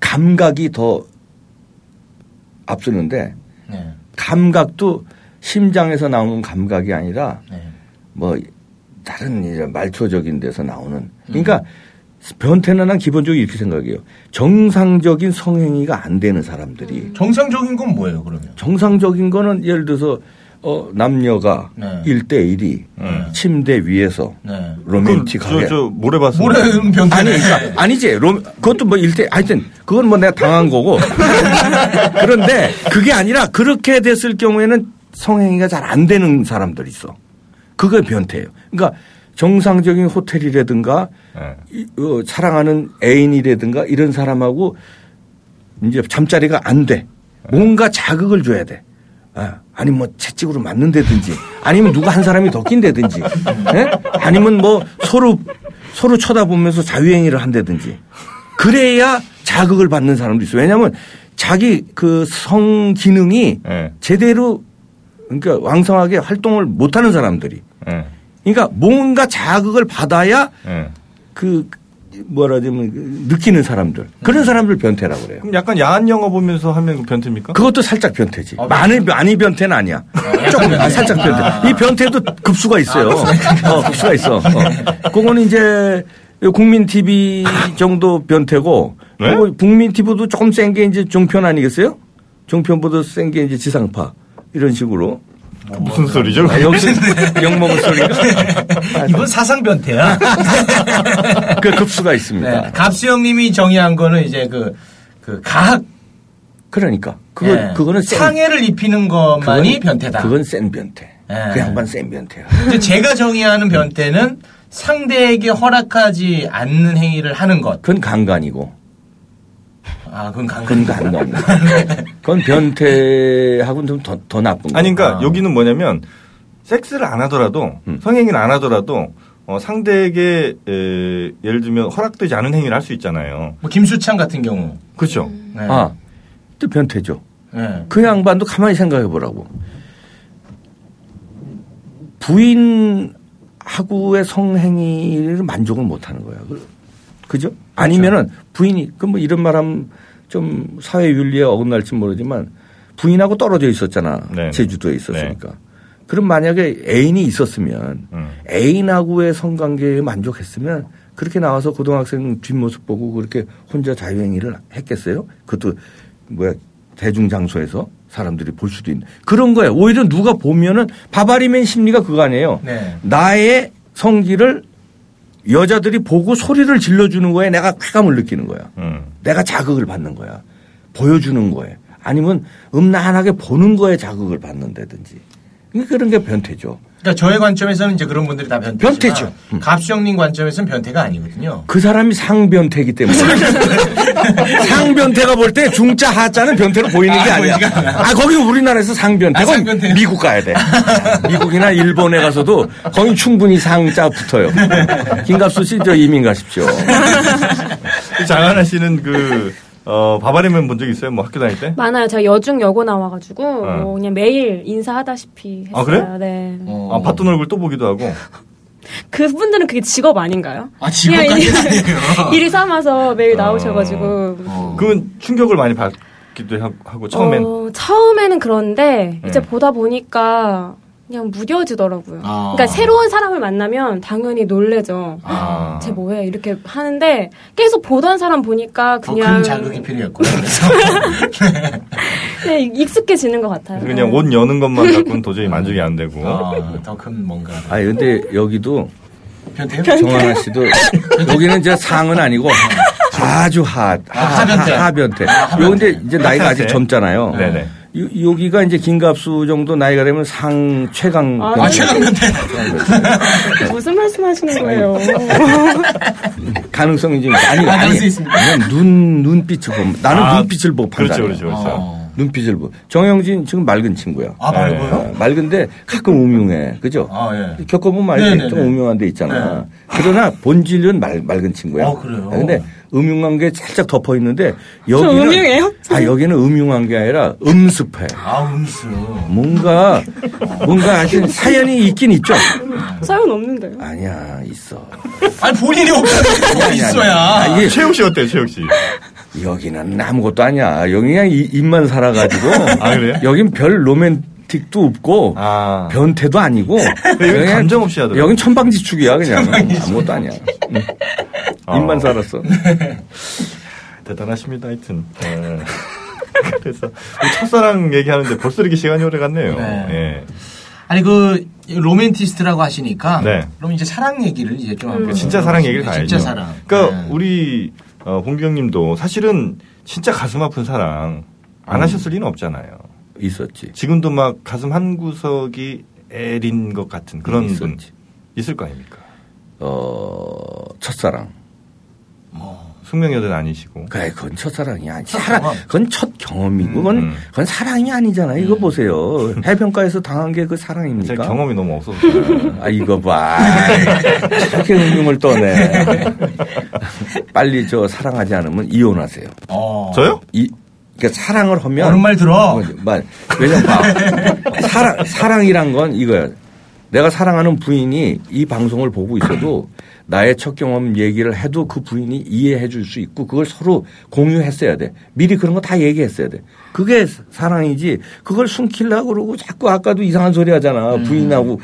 감각이 더 앞서는데
네.
감각도 심장에서 나오는 감각이 아니라
네.
뭐 다른 이제 말초적인 데서 나오는 그러니까 변태는 난 기본적으로 이렇게 생각해요. 정상적인 성행위가 안 되는
음.
사람들이
정상적인 건 뭐예요, 그러면?
정상적인 거는 예를 들어서 어, 남녀가
네.
일 1대1이 침대 위에서
네.
로맨틱하게
네. 그, 저, 저 모래밭은
모래는
변태네.
아니 그러니까 아니지 로, 그것도 뭐 일대 하여튼 그건 뭐 내가 당한 거고 그런데 그게 아니라 그렇게 됐을 경우에는 성행위가 잘 안 되는 사람들 있어 그게 변태예요 그러니까 정상적인 호텔이라든가 이, 어, 사랑하는 애인이라든가 이런 사람하고 이제 잠자리가 안 돼. 뭔가 자극을 줘야 돼. 아, 아니면 뭐 채찍으로 맞는다든지 아니면 누가 한 사람이 더 낀다든지 예? 아니면 뭐 서로 서로 쳐다보면서 자유행위를 한다든지 그래야 자극을 받는 사람도 있어. 요 왜냐하면 자기 그 성 기능이 제대로 그러니까 왕성하게 활동을 못하는 사람들이 그러니까 뭔가 자극을 받아야
예.
그 뭐라 하자면 그 느끼는 사람들 그런 사람들 변태라고 그래요.
그럼 약간 야한 영화 보면서 하면 그 변태입니까?
그것도 살짝 변태지. 많이 많이 변태는 아니야. 조금 아, 살짝 변태. 이 변태도 급수가 있어요. 어, 급수가 있어. 어. 그거는 이제 국민 TV 정도 변태고 그거 국민 TV도 조금 센 게 이제 종편 아니겠어요? 종편보다 센 게 이제 지상파 이런 식으로.
무슨 소리죠?
아, 역시 욕먹을 소리가.
이건 사상 변태야.
그 급수가 있습니다.
네. 갑수 형님이 정의한 거는 이제 그, 그 가학.
그러니까. 그거- 그거는
네.
센-
상해를 입히는 것만이 변태다.
그건 센 변태.
예.
그 양반 센 변태야.
근데 제가 정의하는 변태는 상대에게 허락하지 않는 행위를 하는 것.
그건 강간이고.
아, 그건 강간.
그건 강간. 그건 변태하고는 좀 더, 더 나쁜 거.
아니, 그러니까 여기는 뭐냐면 섹스를 안 하더라도
음.
성행위는 안 하더라도 어, 상대에게 에, 예를 들면 허락되지 않은 행위를 할 수 있잖아요.
뭐 김수창 같은 경우.
그렇죠.
아, 또 변태죠.
네.
그 양반도 가만히 생각해 보라고. 부인하고의 성행위를 만족을 못 하는 거야. 그-
그렇죠.
그죠? 아니면은 부인이, 그 뭐 이런 말 하면 좀 사회 윤리에 어긋날지 모르지만 부인하고 떨어져 있었잖아.
네.
제주도에 있었으니까. 그럼 만약에 애인이 있었으면 애인하고의 성관계에 만족했으면 그렇게 나와서 고등학생 뒷모습 보고 그렇게 혼자 자유행위를 했겠어요? 그것도 뭐야 대중 장소에서 사람들이 볼 수도 있는 그런 거예요. 오히려 누가 보면은 바바리맨 심리가 그거 아니에요.
네.
나의 성질을 여자들이 보고 소리를 질러주는 거에 내가 쾌감을 느끼는 거야.
음.
내가 자극을 받는 거야. 보여주는 거에 아니면 음란하게 보는 거에 자극을 받는다든지 그런 게 변태죠.
그러니까 저의 관점에서는 이제 그런 분들이 다 변태지만
변태죠. 음.
갑수 형님 관점에서는 변태가 아니거든요.
그 사람이 상변태이기 때문에 상변태가 볼 때 중자 하자는 변태로 보이는 게
아,
아니야.
보이지가 아, 않아.
아 거기 우리나라에서 상변태가 미국 가야 돼. 미국이나 일본에 가서도 거긴 충분히 상자 붙어요. 김갑수 씨 저 이민 가십시오.
장하나 씨는 그 어, 바바리맨 본 적 있어요? 뭐 학교 다닐 때?
많아요. 제가 여중 여고 나와가지고
어.
뭐 그냥 매일 인사하다시피 했어요.
아, 그래?
네.
어.
아, 봤던 얼굴 또 보기도 하고.
그분들은 그게 직업 아닌가요?
아,
직업까지는 일이 삼아서 매일 나오셔가지고
그건 충격을 많이 받기도 하- 하고, 처음엔.
어, 처음에는 그런데 이제
네.
보다 보니까 그냥 무뎌지더라고요.
아.
그러니까 새로운 사람을 만나면 당연히 놀래죠.
아.
쟤 뭐해 이렇게 하는데 계속 보던 사람 보니까
더 큰
그냥
자극이 필요했구나.
그냥 네, 익숙해지는 것 같아요.
그래서 그냥 옷 여는 것만 갖고는 도저히 만족이 안 되고.
아, 어, 더 큰 뭔가.
아니 근데 여기도
변태요?
정하나 씨도 여기는 이제 상은 아니고 아주 하, 하,
하변태. 아,
하, 하변태.
하변태.
요 근데 이제 나이가 아직
하변태.
젊잖아요.
네네.
요- 여기가 이제 김갑수 정도 나이가 되면 상 최강
아,
변태.
아, 최강
네.
무슨 말씀하시는 거예요?
가능성이 지금 아니
아,
아니
그럴 수 있습니다.
그냥 눈 눈빛을 보면 나는
아,
눈빛을 보고 판단.
그렇죠, 그렇죠, 그렇죠.
어.
눈빛을 보. 정영진 지금 맑은 친구야.
아, 맑아요?
예. 맑은데 가끔 우명해, 그죠?
아, 예.
겪어보면 알지
네네네.
좀 우명한 데 있잖아. 그러나 본질은 말, 맑은 친구야. 아,
어, 그래요?
근데 음흉한 게 살짝 덮어 있는데
저
여기는
음흉해요?
아 여기는 음흉한 게 아니라 음습해.
아, 음수.
뭔가 뭔가 하여튼 사연이 있긴 있죠.
사연 없는데요?
아니야 있어.
아니, 본인이 없다는 게 있어야.
아, 이게
최욱 씨 어때요, 최욱 씨?
여기는 아무것도 아니야. 여기 그냥 이- 입만 살아가지고.
아, 그래요?
여긴 별 로맨틱도 없고,
아.
변태도 아니고.
여긴 감정 없이 하더라고요.
여긴 천방지축이야, 그냥. 아무것도 아니야. 응.
아.
입만 살았어.
대단하십니다, 하여튼. 예. 그래서 우리 첫사랑 얘기하는데 벌써 이렇게 시간이 오래 갔네요.
네. 아니 그 로맨티스트라고 하시니까
네.
그럼 이제 사랑 얘기를 이제 좀 한번
진짜 사랑 얘기를 가야죠.
진짜 사랑. 네.
그러니까 우리 어, 홍형님도 사실은 진짜 가슴 아픈 사랑 안
음.
하셨을 리는 없잖아요.
있었지.
지금도 막 가슴 한 구석이 애린 것 같은 그런 분 있을 거 아닙니까?
어, 첫사랑.
숙명여든 아니시고.
그래, 그건 첫사랑이 아니. 사랑, 그건 첫 경험이고,
음,
그건, 그건 사랑이 아니잖아. 이거 보세요. 해변가에서 당한 게 그 사랑입니까?
제가 음. 경험이 너무 없어서.
아, 이거 봐. 저렇게 흥룡을 떠네. 빨리 저 사랑하지 않으면 이혼하세요.
어.
저요?
이, 그러니까 사랑을 하면.
옳은 말 들어.
말, 왜냐면 봐. 사랑, 사랑이란 건 이거야. 내가 사랑하는 부인이 이 방송을 보고 있어도 나의 첫 경험 얘기를 해도 그 부인이 이해해 줄 수 있고 그걸 서로 공유했어야 돼. 미리 그런 거 다 얘기했어야 돼. 그게 사랑이지 그걸 숨기려고 그러고 자꾸 아까도 이상한 소리 하잖아.
음.
부인하고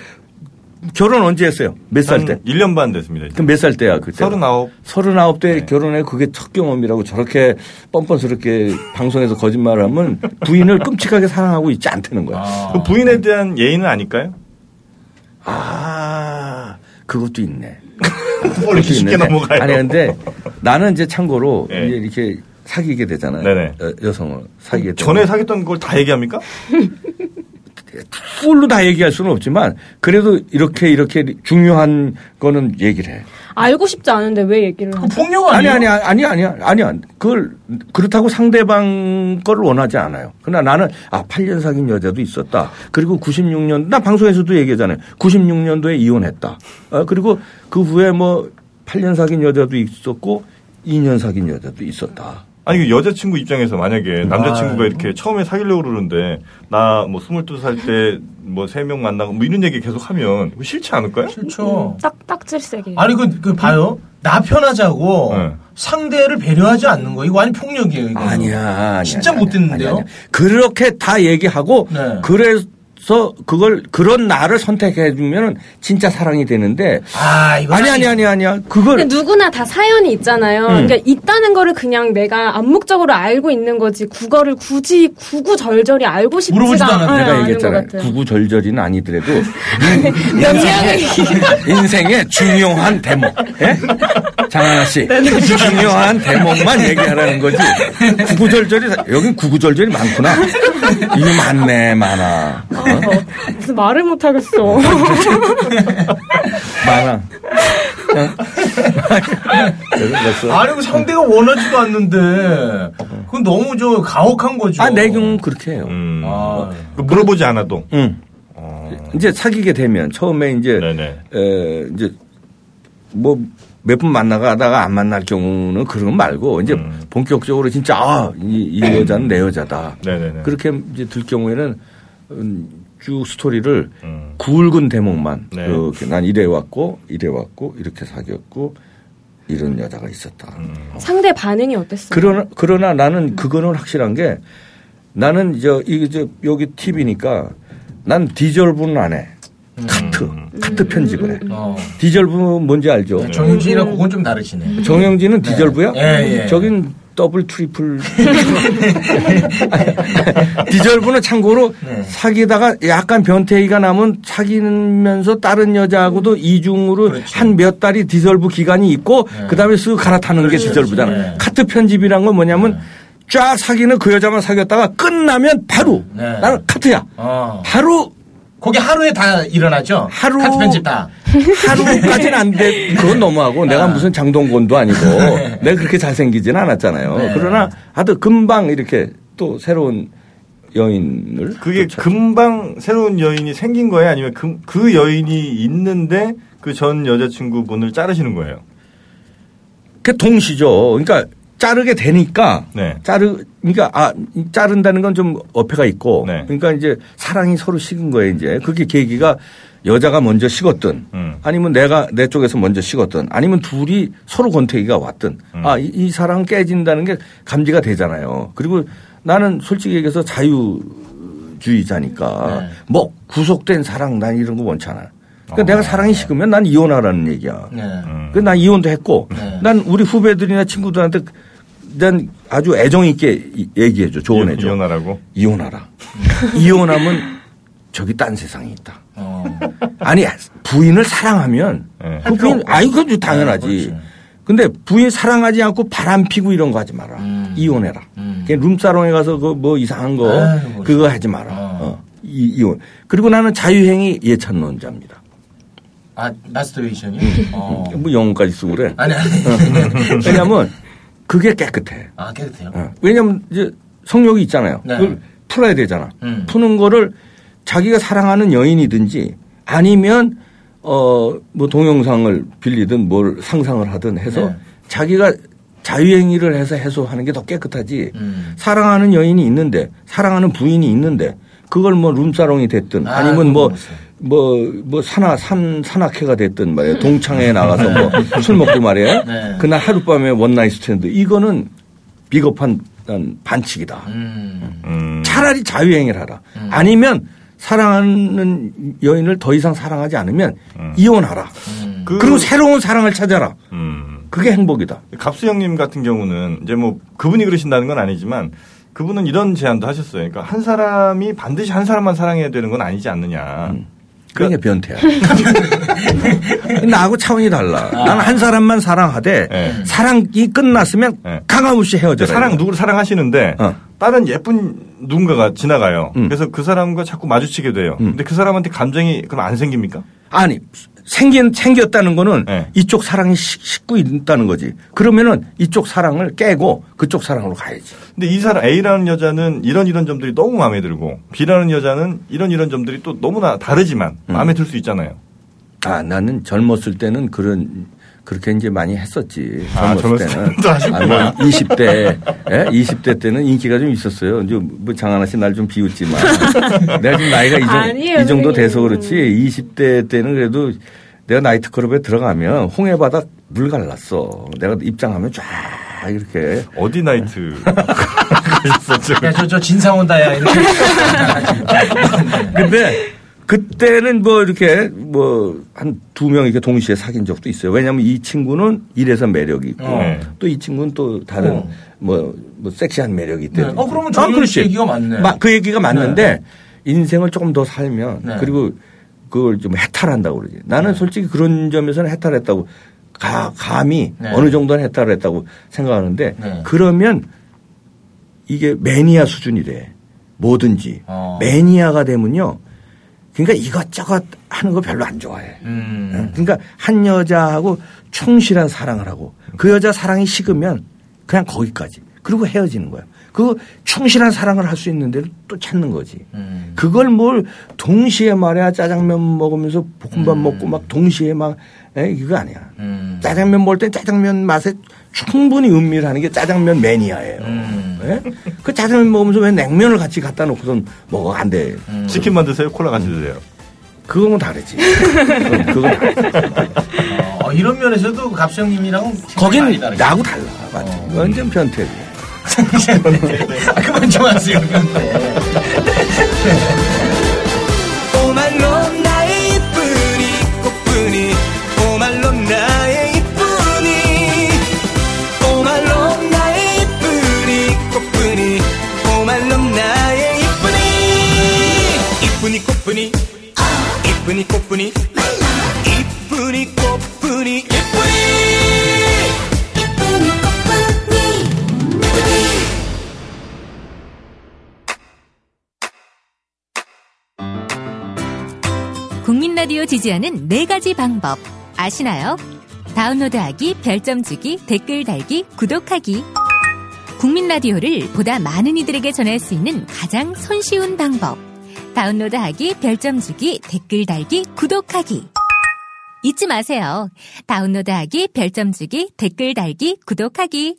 결혼 언제 했어요? 몇 살 때?
1년 반 됐습니다.
그럼 몇 살 때야 그때?
서른아홉.
서른아홉 때
네.
결혼해 그게 첫 경험이라고 저렇게 뻔뻔스럽게 방송에서 거짓말하면 부인을 끔찍하게 사랑하고 있지 않다는 거야.
그 부인에 대한 예의는 아닐까요?
아, 그것도 있네.
뭘 이렇게 쉽게
있는데.
넘어가요? 네.
아니, 근데 나는 이제 참고로 이제 이렇게 사귀게 되잖아요. 여, 성을 사귀게
전에 사귀었던 걸 다 얘기합니까?
풀로 다 얘기할 수는 없지만 그래도 이렇게 이렇게 중요한 거는 얘기를 해.
알고 싶지 않은데 왜 얘기를 하죠?
그 폭력
아니 아니 아니 아니 아니 아니 그걸 그렇다고 상대방 거를 원하지 않아요. 그러나 나는 아 8년 사귄 여자도 있었다. 그리고 96년 나 방송에서도 얘기하잖아요. 96년도에 이혼했다. 아, 그리고 그 후에 뭐 8년 사귄 여자도 있었고 2년 사귄 여자도 있었다.
아니 그 여자친구 입장에서
아,
만약에 남자친구가
네.
이렇게 처음에 사귀려고 그러는데 나 뭐 22살 때 뭐 세 명 만나고 뭐 이런 얘기 계속 하면 그거 싫지 않을까요?
그렇죠.
싫죠.
음, 딱 딱질색이.
그렇죠. 아니 그, 그 봐요. 나 편하자고 상대를 배려하지 않는 거 이거 아니 폭력이에요. 이거.
아니야. 아니야,
진짜
아니야,
못 듣는데요?
아니야, 네. 아니야. 어, 그렇게 다 얘기하고 그래서 그걸 그런 나를 선택해 주면은 진짜 사랑이 되는데
아, 이거
아니 아니 아니 아니야. 그걸
근데 누구나 다 사연이 있잖아요.
음.
그러니까 있다는 거를 그냥 내가 암묵적으로 알고 있는 거지 그거를 굳이 구구절절히 알고 싶지가 네, 않아요.
내가
않은 것
얘기했잖아.
같아요.
구구절절이는 아니더라도
몇 명을
인생의 중요한 대목. 예? 장하나 씨.
네, 네.
중요한 대목만 얘기하라는 거지. 구구절절이, 사- 여긴 구구절절이 많구나. 이게 많네, 많아.
어, 무슨 말을 못 하겠어.
많아. 어?
아니 그 상대가 원하지도 않는데 그건 너무 저 가혹한 거죠. 아, 내
네 경우 그렇게 해요.
그
음.
물어보지 않아도.
응. 네.
네,
이제 사귀게 되면 처음에 이제 에, 이제 뭐 몇 분 만나가다가 안 만날 경우는 그런 거 말고 이제
음.
본격적으로 진짜 아, 이, 이 여자는 내 여자다.
네네네.
그렇게 이제 들 경우에는 음, 쭉 스토리를 굵은 대목만
음. 네.
이렇게 난 이래 왔고 이래 왔고 이렇게 사귀었고 이런 여자가 있었다.
음.
상대 반응이 어땠어요?
그러나 그러나 나는 그거는 확실한 게 나는 저 이게 저 여기 TV니까 난 디절분은 안 해. 카트
음.
카트 편집을 해. 디절분 뭔지 알죠?
어. 네, 정윤진이랑 그건 좀
음.
다르시네.
정영진은
네.
디절부야?
예, 예.
저긴 더블 트리플. 디절부는 참고로
네.
사귀다가 약간 변태기가 나면 사귀면서 다른
음.
여자하고도 이중으로
그렇죠.
한 몇 달이 디절부 기간이 있고
네.
그다음에 쓱 갈아타는 게 디절부잖아. 카트 편집이란 건 뭐냐면
네.
쫙 사귀는 그 여자만 사귀었다가 끝나면 바로
네.
나는 카트야.
어.
하루
거기 하루에 다 일어나죠. 하루 카트 편집 다.
하루까지는 안 돼. 아. 네. 그건 너무하고 내가 무슨 장동건도 아니고 내가 그렇게 잘생기진 않았잖아요.
네.
그러나 하여튼 금방 이렇게 또 새로운 여인을
그게 금방 새로운 여인이 생긴 거예요? 아니면 그, 그 여인이 있는데 그 전 여자친구분을 자르시는 거예요?
그 동시죠. 그러니까 자르게 되니까
네.
자르 그러니까 아 자른다는 건 좀 어폐가 있고 그러니까 이제 사랑이 서로 식은 거예요 이제 그게 계기가 여자가 먼저 식었든 아니면 내가 내 쪽에서 먼저 식었든 아니면 둘이 서로 권태기가 왔든 아 이 사랑 깨진다는 게 감지가 되잖아요 그리고 나는 솔직히 얘기해서 자유 주의자니까 뭐 구속된 사랑 난 이런 거 원치 않아. 그러니까 내가 사랑이 식으면 난 이혼하라는 얘기야.
네.
그난 이혼도 했고 난 우리 후배들이나 친구들한테 난 아주 애정 있게 이- 얘기해줘 조언해줘.
이혼하라고?
이혼하라. 이혼하면 저기 딴 세상이 있다.
어.
아니 부인을 사랑하면
네.
그 부인 아이 그건 당연하지. 근데 부인 사랑하지 않고 바람 피고 이런 거 하지 마라. 이혼해라. 그냥 룸사롱에 가서 그 뭐 이상한 거
아이고,
그거 하지 마라. 어. 이, 이혼. 그리고 나는 자유행위 예찬론자입니다.
아 마스터베이션이. 어.
뭐 영어까지 쓰고 그래.
아니 아니.
어. 왜냐면 그게 깨끗해.
아 깨끗해요.
어. 왜냐면 이제 성욕이 있잖아요.
네.
그걸 풀어야 되잖아.
음.
푸는 거를 자기가 사랑하는 여인이든지 아니면 어 뭐 동영상을 빌리든 뭘 상상을 하든 해서
네.
자기가 자유행위를 해서 해소하는 게 더 깨끗하지.
음.
사랑하는 여인이 있는데 사랑하는 부인이 있는데 그걸 뭐 룸사롱이 됐든
아,
아, 니면
그거
뭐 뭐, 뭐, 산하, 산, 산악회가 됐든 말이야. 동창회에 나가서 뭐, 술 먹고 말이야.
네.
그날 하룻밤에 원나잇 스탠드. 이거는 비겁한 난 반칙이다.
음.
음.
차라리 자유행위를 하라. 아니면 사랑하는 여인을 더 이상 사랑하지 않으면
음.
이혼하라.
그- 음.
그리고 새로운 사랑을 찾아라. 그게 행복이다.
갑수 형님 같은 경우는 이제 뭐 그분이 그러신다는 건 아니지만 그분은 이런 제안도 하셨어요. 그러니까 한 사람이 반드시 한 사람만 사랑해야 되는 건 아니지 않느냐.
음.
그러니까
그게 변태야. 그러니까 나하고 차원이 달라. 난 한 사람만 사랑하되 사랑이 끝났으면 강함없이 헤어져라.
그러니까 사랑 누구를 사랑하시는데
어.
다른 예쁜 누군가가 지나가요.
음.
그래서 그 사람과 자꾸 마주치게 돼요. 근데 그 사람한테 감정이 그럼 안 생깁니까?
아니 생긴 생겼다는 거는 이쪽 사랑이 식- 식고 있다는 거지. 그러면은 이쪽 사랑을 깨고 그쪽 사랑으로 가야지.
근데 이 사람 A라는 여자는 이런 이런 점들이 너무 마음에 들고 B라는 여자는 이런 이런 점들이 또 너무나 다르지만 마음에 들 수 있잖아요.
아 나는 젊었을 때는 그런 그렇게 이제 많이 했었지.
아,
젊었을
젊었을
때는
때도 하셨구나.
20대 예? 20대 때는 인기가 좀 있었어요. 이제 뭐 장하나 씨 날 좀 비웃지만 내가 지금 나이가 이, 정,
아니에요,
이 정도
선생님.
돼서 그렇지 20대 때는 그래도 내가 나이트클럽에 들어가면 홍해바다 물 갈랐어. 내가 입장하면 쫙 이렇게
어디 나이트
저저 저 진상원 다야 이렇게.
근데 그때는 뭐 이렇게 뭐 한 두 명 이렇게 동시에 사귄 적도 있어요. 왜냐하면 이 친구는 이래서 매력이 있고
어.
또 이 친구는 또 다른
어.
뭐, 뭐 섹시한 매력이 있대.
네. 어, 그러면 저기 얘기가 맞네.
그 얘기가 맞는데 인생을 조금 더 살면
네.
그리고 그걸 좀 해탈한다고 그러지. 나는 솔직히 그런 점에서는 해탈했다고 가, 감히
네.
어느 정도는 해탈을 했다고 생각하는데
네.
그러면 이게 매니아 수준이 래 뭐든지
어.
매니아가 되면요. 그러니까 이것저것 하는 거 별로 안 좋아해.
음.
그러니까 한 여자하고 충실한 사랑을 하고 그 여자 사랑이 식으면 그냥 거기까지. 그리고 헤어지는 거예요. 그 충실한 사랑을 할 수 있는 데를 또 찾는 거지.
음.
그걸 뭘 동시에 말이야 짜장면 먹으면서 볶음밥 먹고 막 동시에 막 에, 이거 아니야.
음.
짜장면 먹을 때 짜장면 맛에 충분히 음미하는 게 짜장면 매니아예요.
음.
예? 그 짜장면 먹으면서 왜 냉면을 같이 갖다 놓고선 먹어 안 돼.
치킨 만드세요? 콜라 같이 드세요?
그건 다르지. 그건, 그건 다르지.
어, 이런 면에서도 갑수 형님이랑은
거긴 나하고 달라. 맞아. 완전 변태고.
아, 그만 좀 하세요.
오말론 나의 이쁜이 꽃뿐이 오말론 나의 이쁜이 오말론 나의 이쁜이 꽃뿐이 오말론 나의 이쁜이 이쁜이 꽃뿐이 이쁜이 꽃뿐이 이쁜이 꽃뿐이 이쁜이
국민 라디오 지지하는 네 가지 방법 아시나요? 다운로드하기, 별점 주기, 댓글 달기, 구독하기. 국민 라디오를 보다 많은 이들에게 전할 수 있는 가장 손쉬운 방법. 다운로드하기, 별점 주기, 댓글 달기, 구독하기. 잊지 마세요. 다운로드하기, 별점 주기, 댓글 달기, 구독하기.